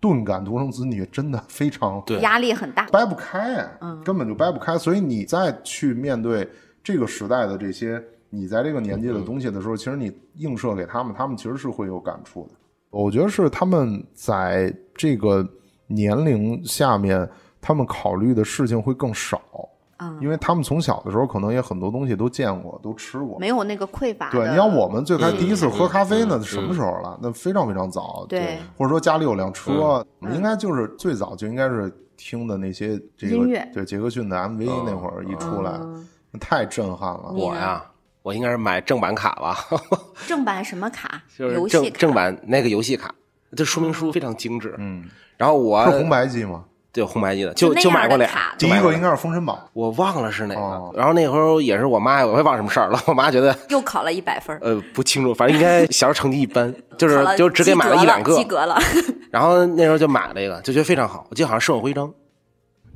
Speaker 3: 顿感独生子女真的非常
Speaker 4: 对
Speaker 2: 压力很大，
Speaker 3: 掰不开、哎
Speaker 2: 嗯
Speaker 3: 根本就掰不开。所以你再去面对这个时代的这些你在这个年纪的东西的时候，其实你映射给他们，他们其实是会有感触的。我觉得是他们在这个年龄下面，他们考虑的事情会更少，
Speaker 2: 嗯，
Speaker 3: 因为他们从小的时候可能也很多东西都见过，都吃过。
Speaker 2: 没有那个匮乏的。
Speaker 3: 对，你像我们最开始
Speaker 4: 嗯
Speaker 3: 第一次喝咖啡呢，
Speaker 4: 嗯
Speaker 3: 什么时候了？那非常非常早，
Speaker 2: 对
Speaker 3: 或者说家里有辆
Speaker 4: 嗯
Speaker 3: 车，我们应该就是最早就应该是听的那些这个
Speaker 2: 音乐
Speaker 3: 对杰克逊的 MV
Speaker 4: 嗯
Speaker 3: 那会儿一出来，
Speaker 2: 嗯，
Speaker 3: 太震撼了。
Speaker 2: 你
Speaker 4: 我呀，我应该是买正版卡吧，
Speaker 2: 正版什么卡？
Speaker 4: 就是
Speaker 2: 游戏
Speaker 4: 正
Speaker 2: 卡。
Speaker 4: 正版那个游戏卡，这说明书非常精致。
Speaker 3: 嗯，
Speaker 4: 然后我
Speaker 3: 是红白机吗？
Speaker 4: 对红白机的，就
Speaker 2: 那
Speaker 4: 就
Speaker 2: 样
Speaker 4: 买过
Speaker 2: 的
Speaker 4: 俩
Speaker 2: 卡，
Speaker 3: 第一
Speaker 4: 就买过
Speaker 3: 个
Speaker 4: 俩
Speaker 3: 应该是《封神榜
Speaker 4: 我忘了是哪个。
Speaker 3: 哦
Speaker 4: 然后那会儿也是我妈，我也忘什么事儿了。我妈觉得
Speaker 2: 又考了一百分儿，
Speaker 4: 呃不清楚，反正应该小时候成绩一般，就是
Speaker 2: 考了
Speaker 4: 就只给买
Speaker 2: 及格
Speaker 4: 一两个
Speaker 2: 及。格了。
Speaker 4: 然后那时候就买了一个，就觉得非常好。我记得好像圣火徽章，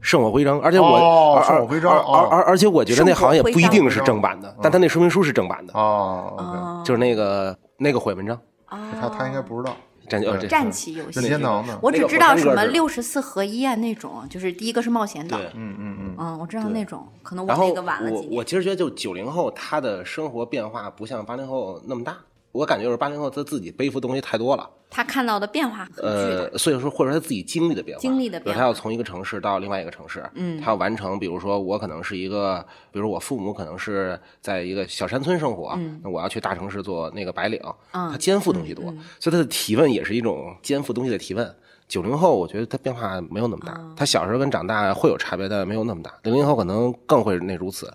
Speaker 4: 圣火徽章，而且我
Speaker 3: 哦
Speaker 4: 而
Speaker 3: 圣火徽章
Speaker 4: 而
Speaker 3: 哦
Speaker 4: 而而而且我觉得那好像也不一定是
Speaker 3: 圣火徽章
Speaker 4: 正版的，但它那说明书是正版》的，
Speaker 3: 哦
Speaker 2: 哦
Speaker 4: 就是那个那个毁文章。
Speaker 3: ，OK，他他应该不知道。
Speaker 4: 战
Speaker 3: 嗯
Speaker 4: 呃这
Speaker 2: 战棋游
Speaker 3: 任
Speaker 2: 戏，
Speaker 3: 天堂的，
Speaker 2: 我只知道什么
Speaker 4: 那个火山
Speaker 2: 六十四合一啊那种，就是第一个是冒险岛，
Speaker 4: 对
Speaker 3: 嗯嗯嗯，
Speaker 2: 嗯，我知道那种，可能我
Speaker 4: 然后
Speaker 2: 那个晚了
Speaker 4: 我
Speaker 2: 几
Speaker 4: 我
Speaker 2: 年。
Speaker 4: 其实觉得，就九零后他的生活变化不像八零后那么大。我感觉就是八零后他自己背负东西太多了，
Speaker 2: 他看到的变化很巨大，
Speaker 4: 呃，所以说或者他自己经历的变化，
Speaker 2: 经历的变化
Speaker 4: 比如他要从一个城市到另外一个城市，嗯，他要完成，比如说我可能是一个，比如我父母可能是在一个小山村生活，那我要去大城市做那个白领，
Speaker 2: 嗯
Speaker 4: 他肩负东西多，所以他的提问也是一种肩负东西的提问。九零后，我觉得他变化没有那么大，
Speaker 2: 哦
Speaker 4: 他小时候跟长大会有差别，但没有那么大。零零后可能更会那如此，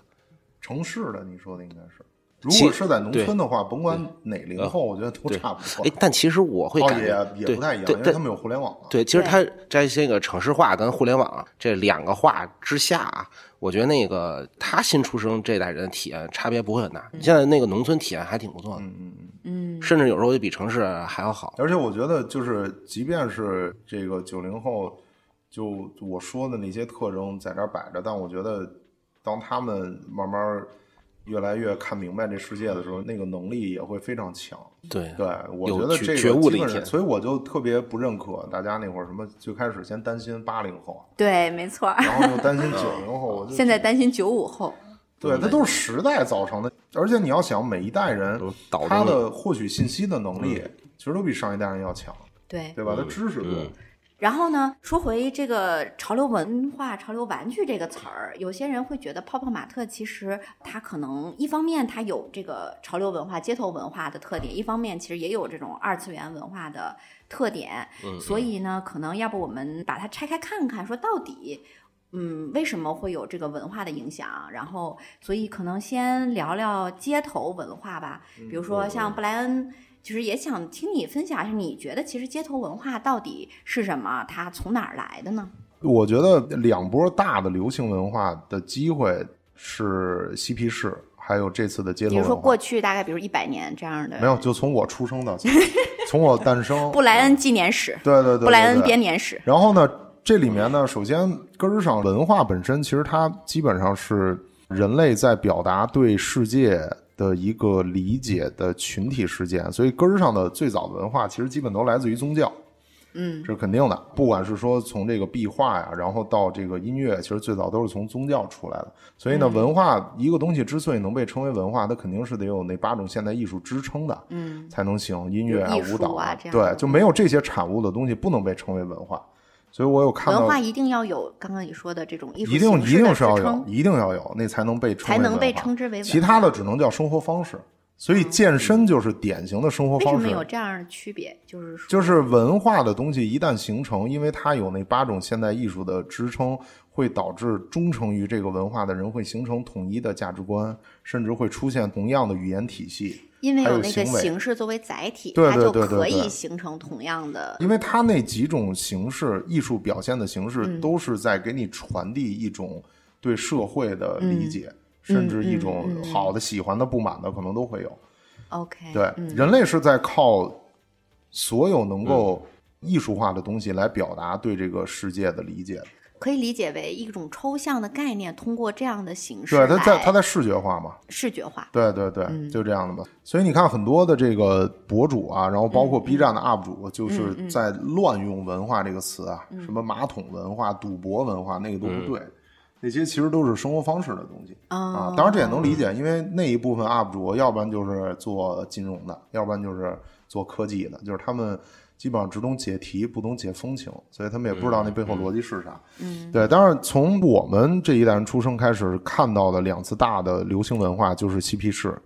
Speaker 3: 城市的你说的应该是，如
Speaker 4: 其
Speaker 3: 果是在农
Speaker 4: 对呃
Speaker 3: 村的话，甭管哪零后，我觉得都差不多
Speaker 4: 哎。，但其实我会
Speaker 3: 哦，
Speaker 4: 感觉、
Speaker 3: 也也不太一样，
Speaker 4: 对
Speaker 3: 因为
Speaker 4: 对
Speaker 3: 他们有互联网了。
Speaker 4: 对，其实它在这个城市化跟互联网这两个化之下啊，我觉得那个
Speaker 3: 嗯
Speaker 4: 他新出生这代人的体验差别不会很大。现在那个农村体验还挺不错的，
Speaker 2: 嗯，
Speaker 4: 甚至有时候就比城市还要好。
Speaker 3: 而且我觉得，就是即便是这个九零后，就我说的那些特征在这儿摆着，但我觉得，当他们慢慢越来越看明白这世界的时候，那个能力也会非常强。
Speaker 4: 对，
Speaker 3: 对，我
Speaker 4: 有
Speaker 3: 觉得
Speaker 4: 觉
Speaker 3: 这个
Speaker 4: 觉悟的
Speaker 3: 基
Speaker 4: 一
Speaker 3: 本是
Speaker 4: 天
Speaker 3: 所以我就特别不认可大家那会儿什么最开始先担心八零后，
Speaker 2: 对，没错儿。
Speaker 3: 然后又担心九零后， 我就
Speaker 2: 现在担心九五后，
Speaker 3: 对，它都是时代造成的。而且你要想，每一代人
Speaker 4: 都倒着
Speaker 3: 他
Speaker 4: 弄
Speaker 3: 的获取信息的能力，其实都比上一代人要强，
Speaker 2: 对。
Speaker 3: 对吧？他知识多。
Speaker 4: 嗯
Speaker 2: 然后呢，说回这个潮流文化、潮流玩具这个词儿，有些人会觉得泡泡玛特其实它可能一方面它有这个潮流文化、街头文化的特点，一方面其实也有这种二次元文化的特点。所以呢，可能要不我们把它拆开看看，说到底。嗯，为什么会有这个文化的影响？然后，所以可能先聊聊街头文化吧。比如说像布莱恩，就是也想听你分享一下，你觉得其实街头文化到底是什么？它从哪儿来的呢？
Speaker 3: 我觉得两波大的流行文化的机会是嬉皮士，还有这次的街头
Speaker 2: 比如
Speaker 3: 文化。
Speaker 2: 说过去大概，比如一百年这样的，
Speaker 3: 没有，就从我出生到 现在，从我诞生，
Speaker 2: 布莱恩纪年史、
Speaker 3: 对对对对对，
Speaker 2: 布莱恩编年史，
Speaker 3: 然后呢，这里面呢，首先根儿上文化本身，其实它基本上是人类在表达对世界的一个理解的群体事件，所以根儿上的最早的文化其实基本都来自于宗教。嗯，这是肯定的。不管是说从这个壁画呀，然后到这个音乐，其实最早都是从宗教出来的。所以呢，文化一个东西之所以能被称为文化，它肯定是得有那八种现代艺术支撑的，嗯，才能行。音乐
Speaker 2: 有艺术
Speaker 3: 舞蹈
Speaker 2: 啊这样
Speaker 3: 对，就没有这些产物的东西不能被称为文化。所以我有看到
Speaker 2: 文化一定要有刚刚你说的这种艺术
Speaker 3: 一定
Speaker 2: 形
Speaker 3: 一
Speaker 2: 式的
Speaker 3: 定是要
Speaker 2: 支
Speaker 3: 有
Speaker 2: 撑，
Speaker 3: 一定要有，那才能被称
Speaker 2: 才
Speaker 3: 为
Speaker 2: 能
Speaker 3: 文
Speaker 2: 被
Speaker 3: 化
Speaker 2: 称之为文嗯
Speaker 3: 其他的只能叫生活方式。所以健身就是典型的生活
Speaker 2: 为什
Speaker 3: 方
Speaker 2: 么有
Speaker 3: 式，
Speaker 2: 这样的区别？就是说，
Speaker 3: 就是文化的东西一旦形成，因为它有那八种现代艺术的支撑，会导致忠诚于这个文化的人会形成统一的价值观，甚至会出现同样的语言体系。
Speaker 2: 因为
Speaker 3: 还有
Speaker 2: 那个
Speaker 3: 行为
Speaker 2: 形式作为载体，
Speaker 3: 对
Speaker 2: 它就
Speaker 3: 对对对
Speaker 2: 可以
Speaker 3: 对
Speaker 2: 形成同样的
Speaker 3: 因为它那几种形式，艺术表现的形式，都是在给你传递一种对社会的理解，甚至一种好的、喜欢的、不满的，可能都会有。
Speaker 2: OK，嗯
Speaker 3: 对，人类是在靠所有能够艺术化的东西来表达对这个世界的理解。
Speaker 2: 可以理解为一种抽象的概念，通过这样的形式
Speaker 3: 对，它在它
Speaker 2: 来
Speaker 3: 在视觉化嘛，
Speaker 2: 视觉化。
Speaker 3: 对对对，就这样的嘛。所以你看，很多的这个博主啊，然后包括 B 站的 UP 主，就是在乱用“文化”这个词啊，什么马桶文化、赌博文化，那个都不对。那些其实都是生活方式的东西、啊，当然这也能理解，因为那一部分 UP 主，要不然就是做金融的，要不然就是做科技的，就是他们基本上只懂解题，不懂解风情，所以他们也不知道那背后逻辑是啥。对，当然从我们这一代人出生开始看到的两次大的流行文化就是嬉皮士，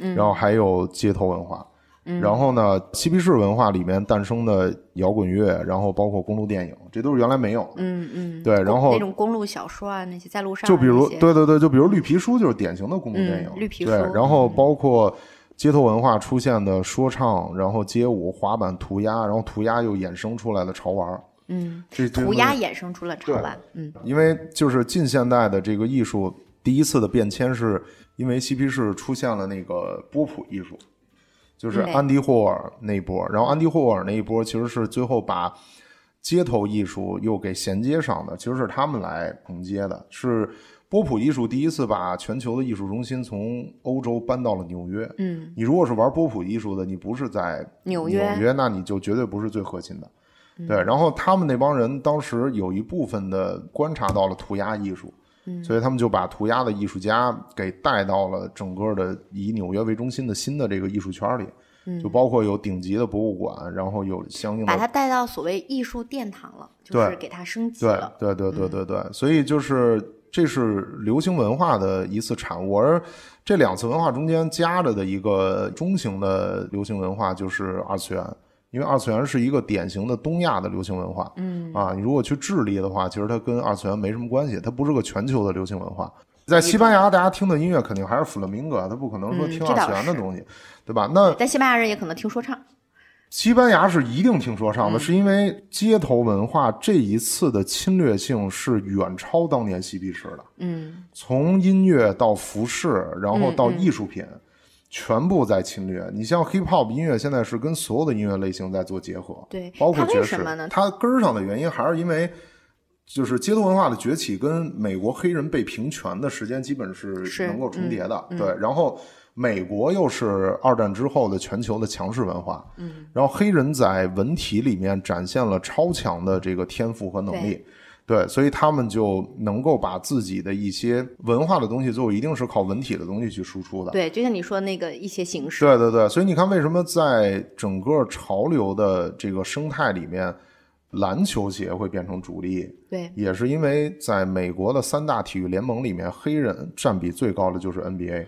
Speaker 3: 嗯，然后还有街头文化，嗯，然后呢，嬉皮士文化里面诞生的摇滚乐，然后包括公路电影，这都是原来没有的，
Speaker 2: 嗯嗯，
Speaker 3: 对，然后
Speaker 2: 那种公路小说啊，那些在路上啊
Speaker 3: 就比如
Speaker 2: 那些
Speaker 3: 对对对，就比如绿皮书就是典型的公路电影，
Speaker 2: 嗯绿皮
Speaker 3: 对
Speaker 2: 书，
Speaker 3: 然后包括。街头文化出现的说唱，然后街舞、滑板、涂鸦，然后涂鸦又衍生出来的潮玩，嗯，这这
Speaker 2: 涂鸦
Speaker 3: 东西
Speaker 2: 衍生出了潮玩，嗯，
Speaker 3: 因为就是近现代的这个艺术第一次的变迁，是因为嬉皮士出现了那个波普艺术，就是
Speaker 2: 嗯
Speaker 3: 安迪霍尔那一波，然后安迪霍尔那一波其实是最后把街头艺术又给衔接上的，其实是他们来承接的，是。波普艺术第一次把全球的艺术中心从欧洲搬到了纽约。嗯，你如果是玩波普艺术的，你不是在
Speaker 2: 纽
Speaker 3: 约
Speaker 2: 约，嗯
Speaker 3: 那你就绝对不是最核心的。对，然后他们那帮人当时有一部分的观察到了涂鸦艺术，
Speaker 2: 嗯
Speaker 3: 所以他们就把涂鸦的艺术家给带到了整个的以纽约为中心的新的这个艺术圈里，就包括有顶级的博物馆，然后有相应的
Speaker 2: 嗯把它带到所谓艺术殿堂了，就是
Speaker 3: 对
Speaker 2: 给它升级
Speaker 3: 对
Speaker 2: 了。
Speaker 3: 对对对对对，所以就是这是流行文化的一次产物，而这两次文化中间夹着的一个中型的流行文化就是二次元。因为二次元是一个典型的东亚的流行文化，嗯啊，你如果去智利的话，其实它跟二次元没什么关系，它不是个全球的流行文化。在西班牙，大家听的音乐肯定还是弗朗明哥，他不可能说
Speaker 2: 嗯
Speaker 3: 听
Speaker 2: 这
Speaker 3: 二
Speaker 2: 倒
Speaker 3: 次元的
Speaker 2: 是
Speaker 3: 东西，对吧？那
Speaker 2: 但西班牙人也可能听说唱，
Speaker 3: 西班牙是一定听说唱的，是因为街头文化这一次的侵略性是远超当年嬉皮士的，
Speaker 2: 嗯，
Speaker 3: 从音乐到服饰，然后到艺术品，全部在侵略。你像 hip hop 音乐，现在是跟所有的音乐类型在做结合，
Speaker 2: 对
Speaker 3: 包括
Speaker 2: 它为
Speaker 3: 爵
Speaker 2: 什
Speaker 3: 士
Speaker 2: 么呢。
Speaker 3: 它根儿上的原因还是因为，就是街头文化的崛起跟美国黑人被平权的时间基本
Speaker 2: 是嗯
Speaker 3: 是能够重叠的，对。然后美国又是二战之后的全球的强势文化，嗯。然后黑人在文体里面展现了超强的这个天赋和能力。对，所以他们就能够把自己的一些文化的东西，最后一定是靠文体的东西去输出的。
Speaker 2: 对，就像你说那个一些形式，
Speaker 3: 对对对，所以你看，为什么在整个潮流的这个生态里面，篮球鞋会变成主力，
Speaker 2: 对
Speaker 3: 也是因为在美国的三大体育联盟里面，黑人占比最高的就是 NBA。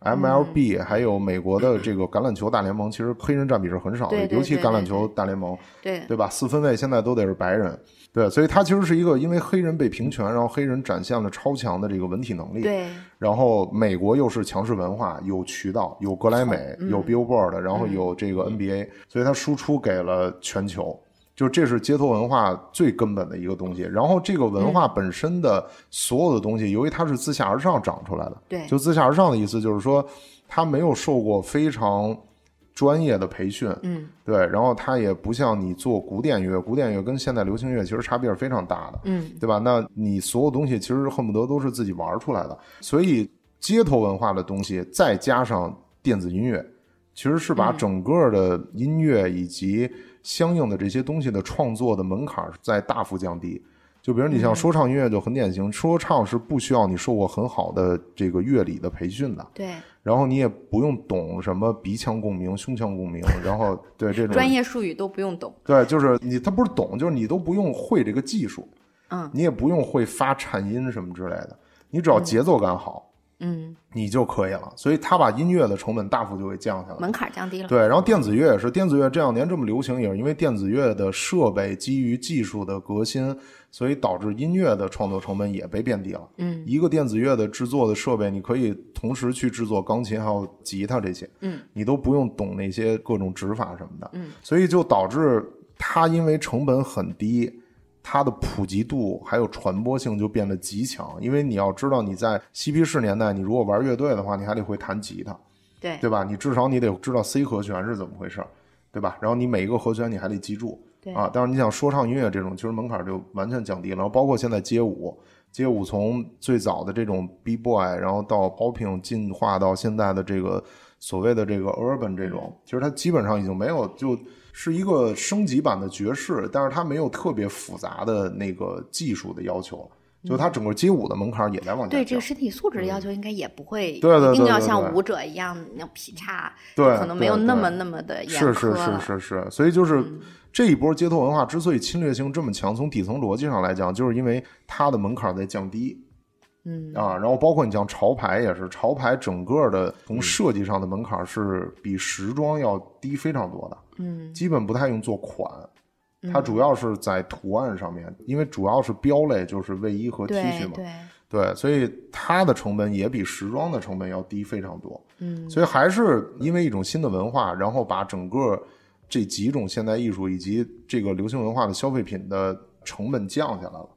Speaker 3: MLB 还有美国的这个橄榄球大联盟，其实黑人占比是很少的，
Speaker 2: 对对
Speaker 3: 尤其
Speaker 2: 对
Speaker 3: 橄榄
Speaker 2: 对
Speaker 3: 球大联盟，
Speaker 2: 对
Speaker 3: 对吧？四分卫现在都得是白人，对，所以它其实是一个因为黑人被平权，然后黑人展现了超强的这个文体能力，
Speaker 2: 对
Speaker 3: 然后美国又是强势文化，有渠道，有格莱美，
Speaker 2: 嗯
Speaker 3: 有 Billboard，然后有这个 NBA，所以它输出给了全球。就这是街头文化最根本的一个东西，然后这个文
Speaker 2: 嗯
Speaker 3: 化本身的所有的东西，由于它是自下而上长出来的，
Speaker 2: 对
Speaker 3: 就自下而上的意思就是说，它没有受过非常专业的培训，
Speaker 2: 嗯，
Speaker 3: 对，然后它也不像你做古典乐，古典乐跟现代流行乐其实差别是非常大的，
Speaker 2: 嗯，
Speaker 3: 对吧？那你所有东西其实恨不得都是自己玩出来的，所以街头文化的东西再加上电子音乐，其实是把
Speaker 2: 嗯
Speaker 3: 整个的音乐以及相应的这些东西的创作的门槛儿在大幅降低。就比如你像
Speaker 2: 嗯
Speaker 3: 说唱音乐就很典型，说唱是不需要你受过很好的这个乐理的培训的，
Speaker 2: 对，
Speaker 3: 然后你也不用懂什么鼻腔共鸣、胸腔共鸣，然后对这种
Speaker 2: 专业术语都不用懂，
Speaker 3: 对，就是你他不是懂，就是你都不用会这个技术，
Speaker 2: 嗯，
Speaker 3: 你也不用会发颤音什么之类的，你只要节奏感好，
Speaker 2: 嗯，
Speaker 3: 你就可以了。所以他把音乐的成本大幅就给降下来了。
Speaker 2: 门槛降低了，
Speaker 3: 啊对，然后电子乐也是，电子乐这两年这么流行，也是因为电子乐的设备基于技术的革新，所以导致音乐的创作成本也被变低了。
Speaker 2: 嗯，
Speaker 3: 一个电子乐的制作的设备，你可以同时去制作钢琴还有吉他这些，
Speaker 2: 嗯，
Speaker 3: 你都不用懂那些各种指法什么的，
Speaker 2: 嗯，
Speaker 3: 所以就导致它因为成本很低。它的普及度还有传播性就变得极强，因为你要知道，你在嬉皮士年代，你如果玩乐队的话，你还得会弹吉他，
Speaker 2: 对
Speaker 3: 对吧？你至少你得知道 C 和弦是怎么回事儿，对吧？然后你每一个和弦你还得记住
Speaker 2: 对
Speaker 3: 啊。但是你想说唱音乐这种，其实门槛就完全降低了。然后包括现在街舞，街舞从最早的这种 B boy，然后到 popping 进化到现在的这个所谓的这个 urban 这
Speaker 2: 嗯
Speaker 3: 种，其实它基本上已经没有就。是一个升级版的爵士，但是它没有特别复杂的那个技术的要求了，就它整个街舞的门槛也在往下降。
Speaker 2: 嗯对这个身体素质的要求应该也不会，
Speaker 3: 对对
Speaker 2: 一定
Speaker 3: 对
Speaker 2: 要
Speaker 3: 对
Speaker 2: 像
Speaker 3: 对
Speaker 2: 舞者一样那种劈叉，就
Speaker 3: 对
Speaker 2: 可能没有
Speaker 3: 对
Speaker 2: 那
Speaker 3: 对
Speaker 2: 么那么的严
Speaker 3: 是
Speaker 2: 苛
Speaker 3: 是
Speaker 2: 了。嗯
Speaker 3: 是是是，所以就是这一波街头文化之所以侵略性这么强，从底层逻辑上来讲，就是因为它的门槛在降低。
Speaker 2: 嗯
Speaker 3: 啊，然后包括你像潮牌也是，潮牌整个的
Speaker 2: 嗯
Speaker 3: 从设计上的门槛是比时装要低非常多的，
Speaker 2: 嗯，
Speaker 3: 基本不太用做款，它主要是在图案上面，因为主要是标类就是卫衣和 T 恤
Speaker 2: 对
Speaker 3: 嘛，
Speaker 2: 对，
Speaker 3: 对，所以它的成本也比时装的成本要低非常多。嗯，所以还是因为一种新的文化，然后把整个这几种现代艺术以及这个流行文化的消费品的成本降下来了，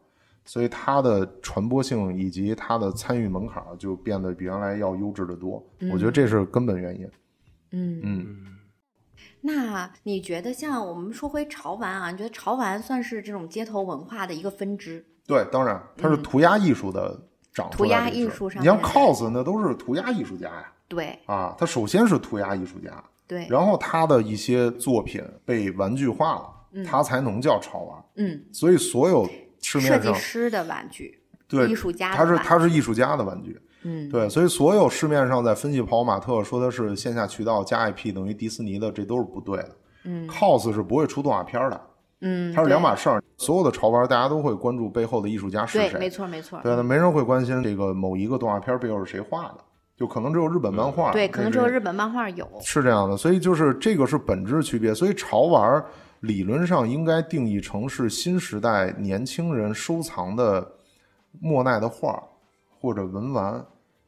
Speaker 3: 所以它的传播性以及它的参与门槛儿就变得比原来要优质的多。我觉得这是根本原因。
Speaker 2: 嗯。
Speaker 3: 嗯，
Speaker 2: 那你觉得像我们说回潮玩啊，你觉得潮玩算是这种街头文化的一个分支？
Speaker 3: 对，当然它是涂鸦艺术的长
Speaker 2: 嗯
Speaker 3: 出
Speaker 2: 涂鸦
Speaker 3: 来的一
Speaker 2: 艺
Speaker 3: 支
Speaker 2: 术上
Speaker 3: 你像
Speaker 2: 面
Speaker 3: cos 那都是涂鸦艺术家呀。
Speaker 2: 对
Speaker 3: 啊，他首先是涂鸦艺术家，
Speaker 2: 对，
Speaker 3: 然后他的一些作品被玩具化了，他才能叫潮玩。
Speaker 2: 嗯，
Speaker 3: 所以所有市
Speaker 2: 设
Speaker 3: 面
Speaker 2: 计
Speaker 3: 上
Speaker 2: 师的玩具，
Speaker 3: 对
Speaker 2: 艺术家的
Speaker 3: 他是
Speaker 2: 玩
Speaker 3: 他是艺术家的玩具，
Speaker 2: 嗯，
Speaker 3: 对，所以所有市面上在分析跑马特说它是线下渠道加 IP 等于迪士尼的，这都是不对的。嗯，cos 是不会出动画片的，
Speaker 2: 嗯，
Speaker 3: 它是两
Speaker 2: 对
Speaker 3: 码事儿。所有的潮玩，大家都会关注背后的艺术家是谁，
Speaker 2: 对，没错没错，
Speaker 3: 对，那没人会关心这个某一个动画片背后是谁画的，就可能只有日本漫画，
Speaker 2: 对，可能只
Speaker 3: 那
Speaker 2: 有
Speaker 3: 是
Speaker 2: 日本漫画有，
Speaker 3: 是这样的，所以就是这个是本质区别。所以潮玩儿理论上应该定义成是新时代年轻人收藏的莫奈的画儿或者文玩，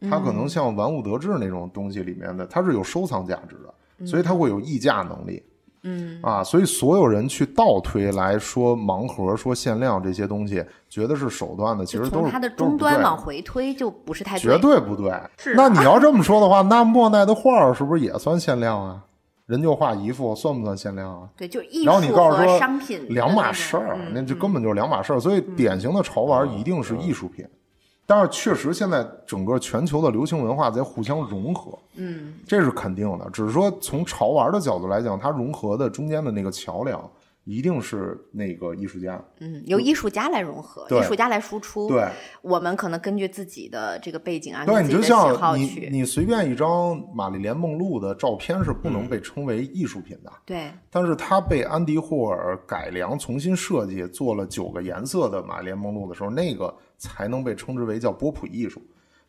Speaker 2: 嗯
Speaker 3: 它可能像玩物得志那种东西里面的，它是有收藏价值的，所以它会有溢价能力。
Speaker 2: 嗯
Speaker 3: 啊，所以所有人去倒推来说盲盒、说限量这些东西，觉得是手段的，其
Speaker 2: 就
Speaker 3: 实都
Speaker 2: 从
Speaker 3: 是
Speaker 2: 它的
Speaker 3: 都是
Speaker 2: 终
Speaker 3: 不
Speaker 2: 端
Speaker 3: 对
Speaker 2: 往回推就不是太
Speaker 3: 绝
Speaker 2: 对。
Speaker 3: 对不对。
Speaker 2: 哎是啊
Speaker 3: 那你要这么说的话，那莫奈的画儿是不是也算限量啊？人就画一幅，算不算限量啊？
Speaker 2: 对，就是艺术
Speaker 3: 然后你告诉
Speaker 2: 和
Speaker 3: 说
Speaker 2: 商品的
Speaker 3: 两
Speaker 2: 那
Speaker 3: 码
Speaker 2: 种
Speaker 3: 事儿，
Speaker 2: 嗯
Speaker 3: 那就根本就是两码事儿。所以典型的潮玩一定是艺术品，但是确实现在整个全球的流行文化在互相融合，
Speaker 2: 嗯，
Speaker 3: 这是肯定的。只是说从潮玩的角度来讲，它融合的中间的那个桥梁一定是那个艺术家。
Speaker 2: 嗯，由艺术家来融合，
Speaker 3: 对
Speaker 2: 艺术家来输出。
Speaker 3: 对，
Speaker 2: 我们可能根据自己的这个背景啊，
Speaker 3: 对，
Speaker 2: 跟
Speaker 3: 你
Speaker 2: 自己的
Speaker 3: 就
Speaker 2: 喜
Speaker 3: 像
Speaker 2: 好
Speaker 3: 你
Speaker 2: 去。
Speaker 3: 你随便一张玛丽莲梦露的照片是不能被称为艺术品的。
Speaker 2: 对，
Speaker 3: 但是它被安迪霍尔改良、重新设计，做了九个颜色的玛丽莲梦露的时候，那个才能被称之为叫波普艺术，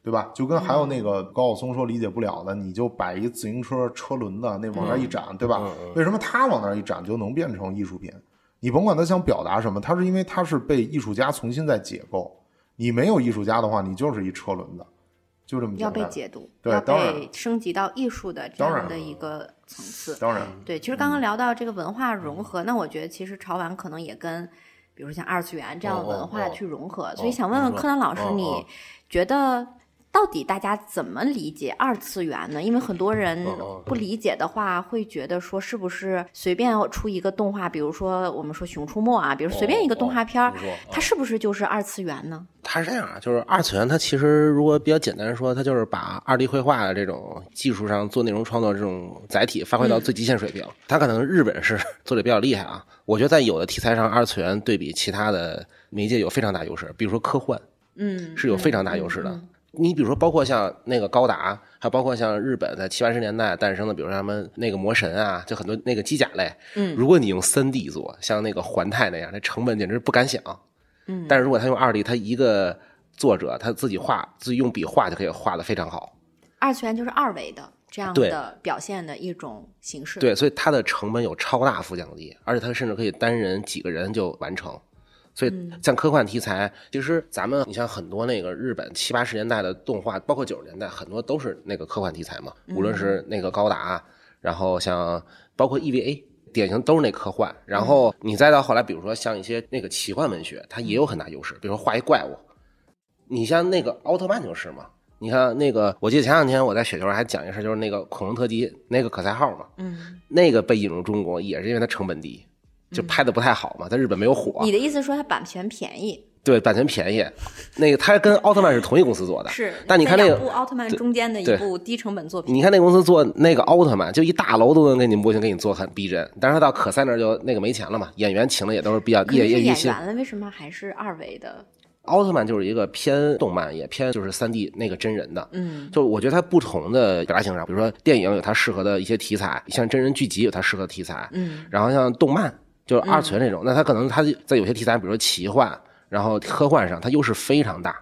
Speaker 3: 对吧？就跟还有那个高晓松说理解不了的，你就摆一自行车车轮子啊那往那儿一展，对吧？为什么它往那儿一展就能变成艺术品？你甭管他想表达什么，它是因为它是被艺术家重新在解构。你没有艺术家的话，你就是一车轮子，就这么简
Speaker 2: 要
Speaker 3: 单。
Speaker 2: 被解读，
Speaker 3: 对
Speaker 2: 要
Speaker 3: 当然
Speaker 2: 被升级到艺术的这
Speaker 3: 当
Speaker 2: 样
Speaker 3: 然
Speaker 2: 的一个层次。
Speaker 3: 当然，
Speaker 2: 对，其实刚刚
Speaker 4: 嗯
Speaker 2: 聊到这个文化融合，那我觉得其实潮玩可能也跟，比如像二次元这样的
Speaker 4: 哦哦
Speaker 2: 文化
Speaker 4: 哦
Speaker 2: 去融合，所
Speaker 4: 哦
Speaker 2: 以想问问
Speaker 4: 没错
Speaker 2: 柯南老师，
Speaker 4: 哦哦
Speaker 2: 你觉得到底大家怎么理解二次元呢？因为很多人
Speaker 4: 哦哦
Speaker 2: 不理解的话，会觉得说是不是随便出一个动画，比如说我们说《熊出没》啊，比如随便一个动画片儿
Speaker 4: 哦哦你说，
Speaker 2: 它是不是就是二次元呢？
Speaker 4: 它是这样啊，就是二次元，它其实如果比较简单地说，它就是把二 D 绘画的这种技术上做内容创作这种载体发挥到最极限水平。它可能日本是 做的比较厉害啊，我觉得在有的题材上，二次元对比其他的媒介有非常大优势，比如说科幻
Speaker 2: 嗯，
Speaker 4: 是有非常大优势的。你比如说，包括像那个高达，还包括像日本在七八十年代诞生的，比如说他们那个魔神啊，就很多那个机甲类。
Speaker 2: 嗯
Speaker 4: 如果你用三 D 做，像那个环太那样，那成本简直不敢想。
Speaker 2: 嗯
Speaker 4: 但是如果他用二 D，他一个作者他自己画，自己用笔画就可以画的非常好。
Speaker 2: 二次元就是二维的这样
Speaker 4: 对
Speaker 2: 的表现的一种形式。
Speaker 4: 对，所以它的成本有超大负降低，而且它甚至可以单人几个人就完成。所以像科幻题材，其实咱们你像很多那个日本七八十年代的动画，包括九十年代，很多都是那个科幻题材嘛，无论是那个高达，然后像包括 EVA。典型都是那科幻，然后你再到后来，比如说像一些那个奇幻文学，它也有很大优势。比如说画一怪物，你像那个奥特曼就是嘛。你看那个，我记得前两天我在雪球上还讲一事儿，就是那个恐龙特辑那个可赛号嘛，
Speaker 2: 嗯，
Speaker 4: 那个被引入中国也是因为它成本低，就拍的不太好嘛，在日本没有火
Speaker 2: 你，的意思说它版权便宜？
Speaker 4: 对版权便宜。那个它跟奥特曼是同一公司做的，
Speaker 2: 是，
Speaker 4: 但你看那
Speaker 2: 两
Speaker 4: 个
Speaker 2: 部奥特曼
Speaker 4: 对
Speaker 2: 中间的一
Speaker 4: 对
Speaker 2: 部低成本作品，
Speaker 4: 你看那公司做那个奥特曼，就一大楼都能给你模型给你做很逼真，但是他到可赛那儿就那个没钱了嘛，演员请的也都是比较
Speaker 2: 可能
Speaker 4: 业
Speaker 2: 是
Speaker 4: 业余
Speaker 2: 演
Speaker 4: 性。
Speaker 2: 员了，为什么还是二维的？
Speaker 4: 奥特曼就是一个偏动漫，也偏就是三 D 那个真人的，
Speaker 2: 嗯，
Speaker 4: 就我觉得它不同的表达形式，啊比如说电影有它适合的一些题材，像真人剧集有它适合的题材，
Speaker 2: 嗯，
Speaker 4: 然后像动漫就是二次元这种，那它可能它在有些题材，比如说奇幻，然后科幻上，它优势非常大，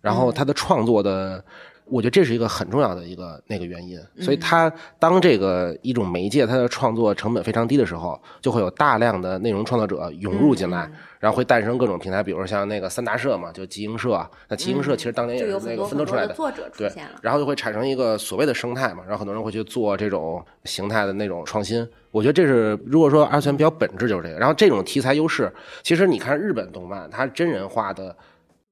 Speaker 4: 然
Speaker 2: 嗯
Speaker 4: 后它的创作的。我觉得这是一个很重要的一个那个原因，
Speaker 2: 嗯
Speaker 4: 所以它当这个一种媒介它的创作成本非常低的时候，就会有大量的内容创作者涌入进
Speaker 2: 嗯
Speaker 4: 来，然后会诞生各种平台，比如像那个三大社嘛，就集英社。那集英社其实当年也
Speaker 2: 嗯就是有很
Speaker 4: 那个
Speaker 2: 多很多
Speaker 4: 分头出来
Speaker 2: 的
Speaker 4: 的，
Speaker 2: 作者出
Speaker 4: 对
Speaker 2: 现了，。
Speaker 4: 然后就会产生一个所谓的生态嘛，然后很多人会去做这种形态的那种创新。我觉得这是如果说二次元比较本质就是这个，然后这种题材优势，其实你看日本动漫，它真人化的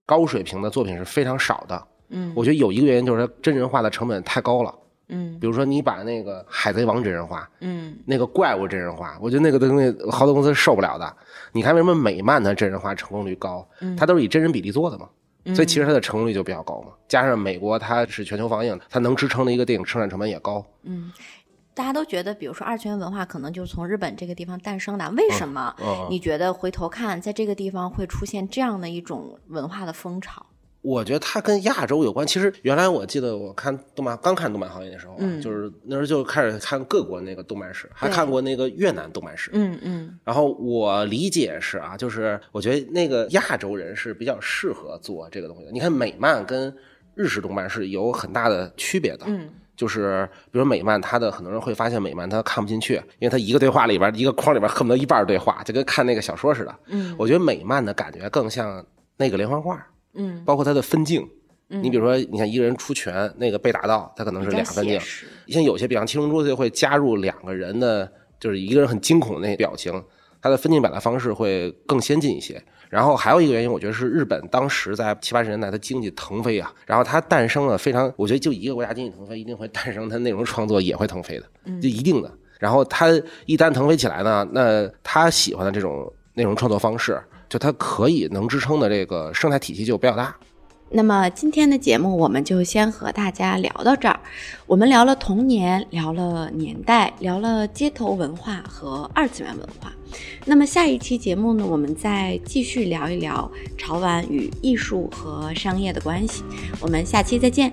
Speaker 4: 高水平的作品是非常少的。
Speaker 2: 嗯
Speaker 4: 我觉得有一个原因就是它真人化的成本太高了。
Speaker 2: 嗯
Speaker 4: 比如说你把那个海贼王真人化，
Speaker 2: 嗯
Speaker 4: 那个怪物真人化，我觉得那个东西好多公司是受不了的。你看为什么美漫它真人化成功率高？
Speaker 2: 嗯
Speaker 4: 它都是以真人比例做的嘛，所以其实它的成功率就比较高嘛。加上美国它是全球放映，它能支撑的一个电影生产成本也高。
Speaker 2: 嗯，大家都觉得，比如说二次元文化可能就是从日本这个地方诞生的，为什么
Speaker 4: 嗯
Speaker 2: 你觉得回头看在这个地方会出现这样的一种文化的风潮？
Speaker 4: 我觉得它跟亚洲有关。其实原来我记得我看动漫，刚看动漫行业的时候啊，
Speaker 2: 嗯
Speaker 4: 就是那时候就开始看各国那个动漫史，还
Speaker 2: 对
Speaker 4: 看过那个越南动漫史。
Speaker 2: 嗯嗯
Speaker 4: 然后我理解是啊，就是我觉得那个亚洲人是比较适合做这个东西的。你看美漫跟日式动漫是有很大的区别的，
Speaker 2: 嗯，
Speaker 4: 就是比如美漫，它的很多人会发现美漫它看不进去，因为它一个对话里边一个框里边恨不得一半儿对话，就跟看那个小说似的。
Speaker 2: 嗯
Speaker 4: 我觉得美漫的感觉更像那个连环画，
Speaker 2: 嗯，
Speaker 4: 包括它的分镜。
Speaker 2: 嗯
Speaker 4: 你比如说，你看一个人出拳，那个被打到，他可能是
Speaker 2: 比较
Speaker 4: 俩分
Speaker 2: 写
Speaker 4: 镜，
Speaker 2: 实。
Speaker 4: 像有些，比方《七龙珠》就会加入两个人的就是一个人很惊恐那表情，它的分镜表达方式会更先进一些。然后还有一个原因，我觉得是日本当时在七八十年代，它经济腾飞啊，然后它诞生了非常，我觉得就一个国家经济腾飞，一定会诞生它内容创作也会腾飞的，就一定的。然后它一旦腾飞起来呢，那他喜欢的这种内容创作方式，就它可以能支撑的这个生态体系就比较大。
Speaker 2: 那么今天的节目我们就先和大家聊到这儿。我们聊了童年，聊了年代，聊了街头文化和二次元文化。那么下一期节目呢，我们再继续聊一聊潮玩与艺术和商业的关系。我们下期再见。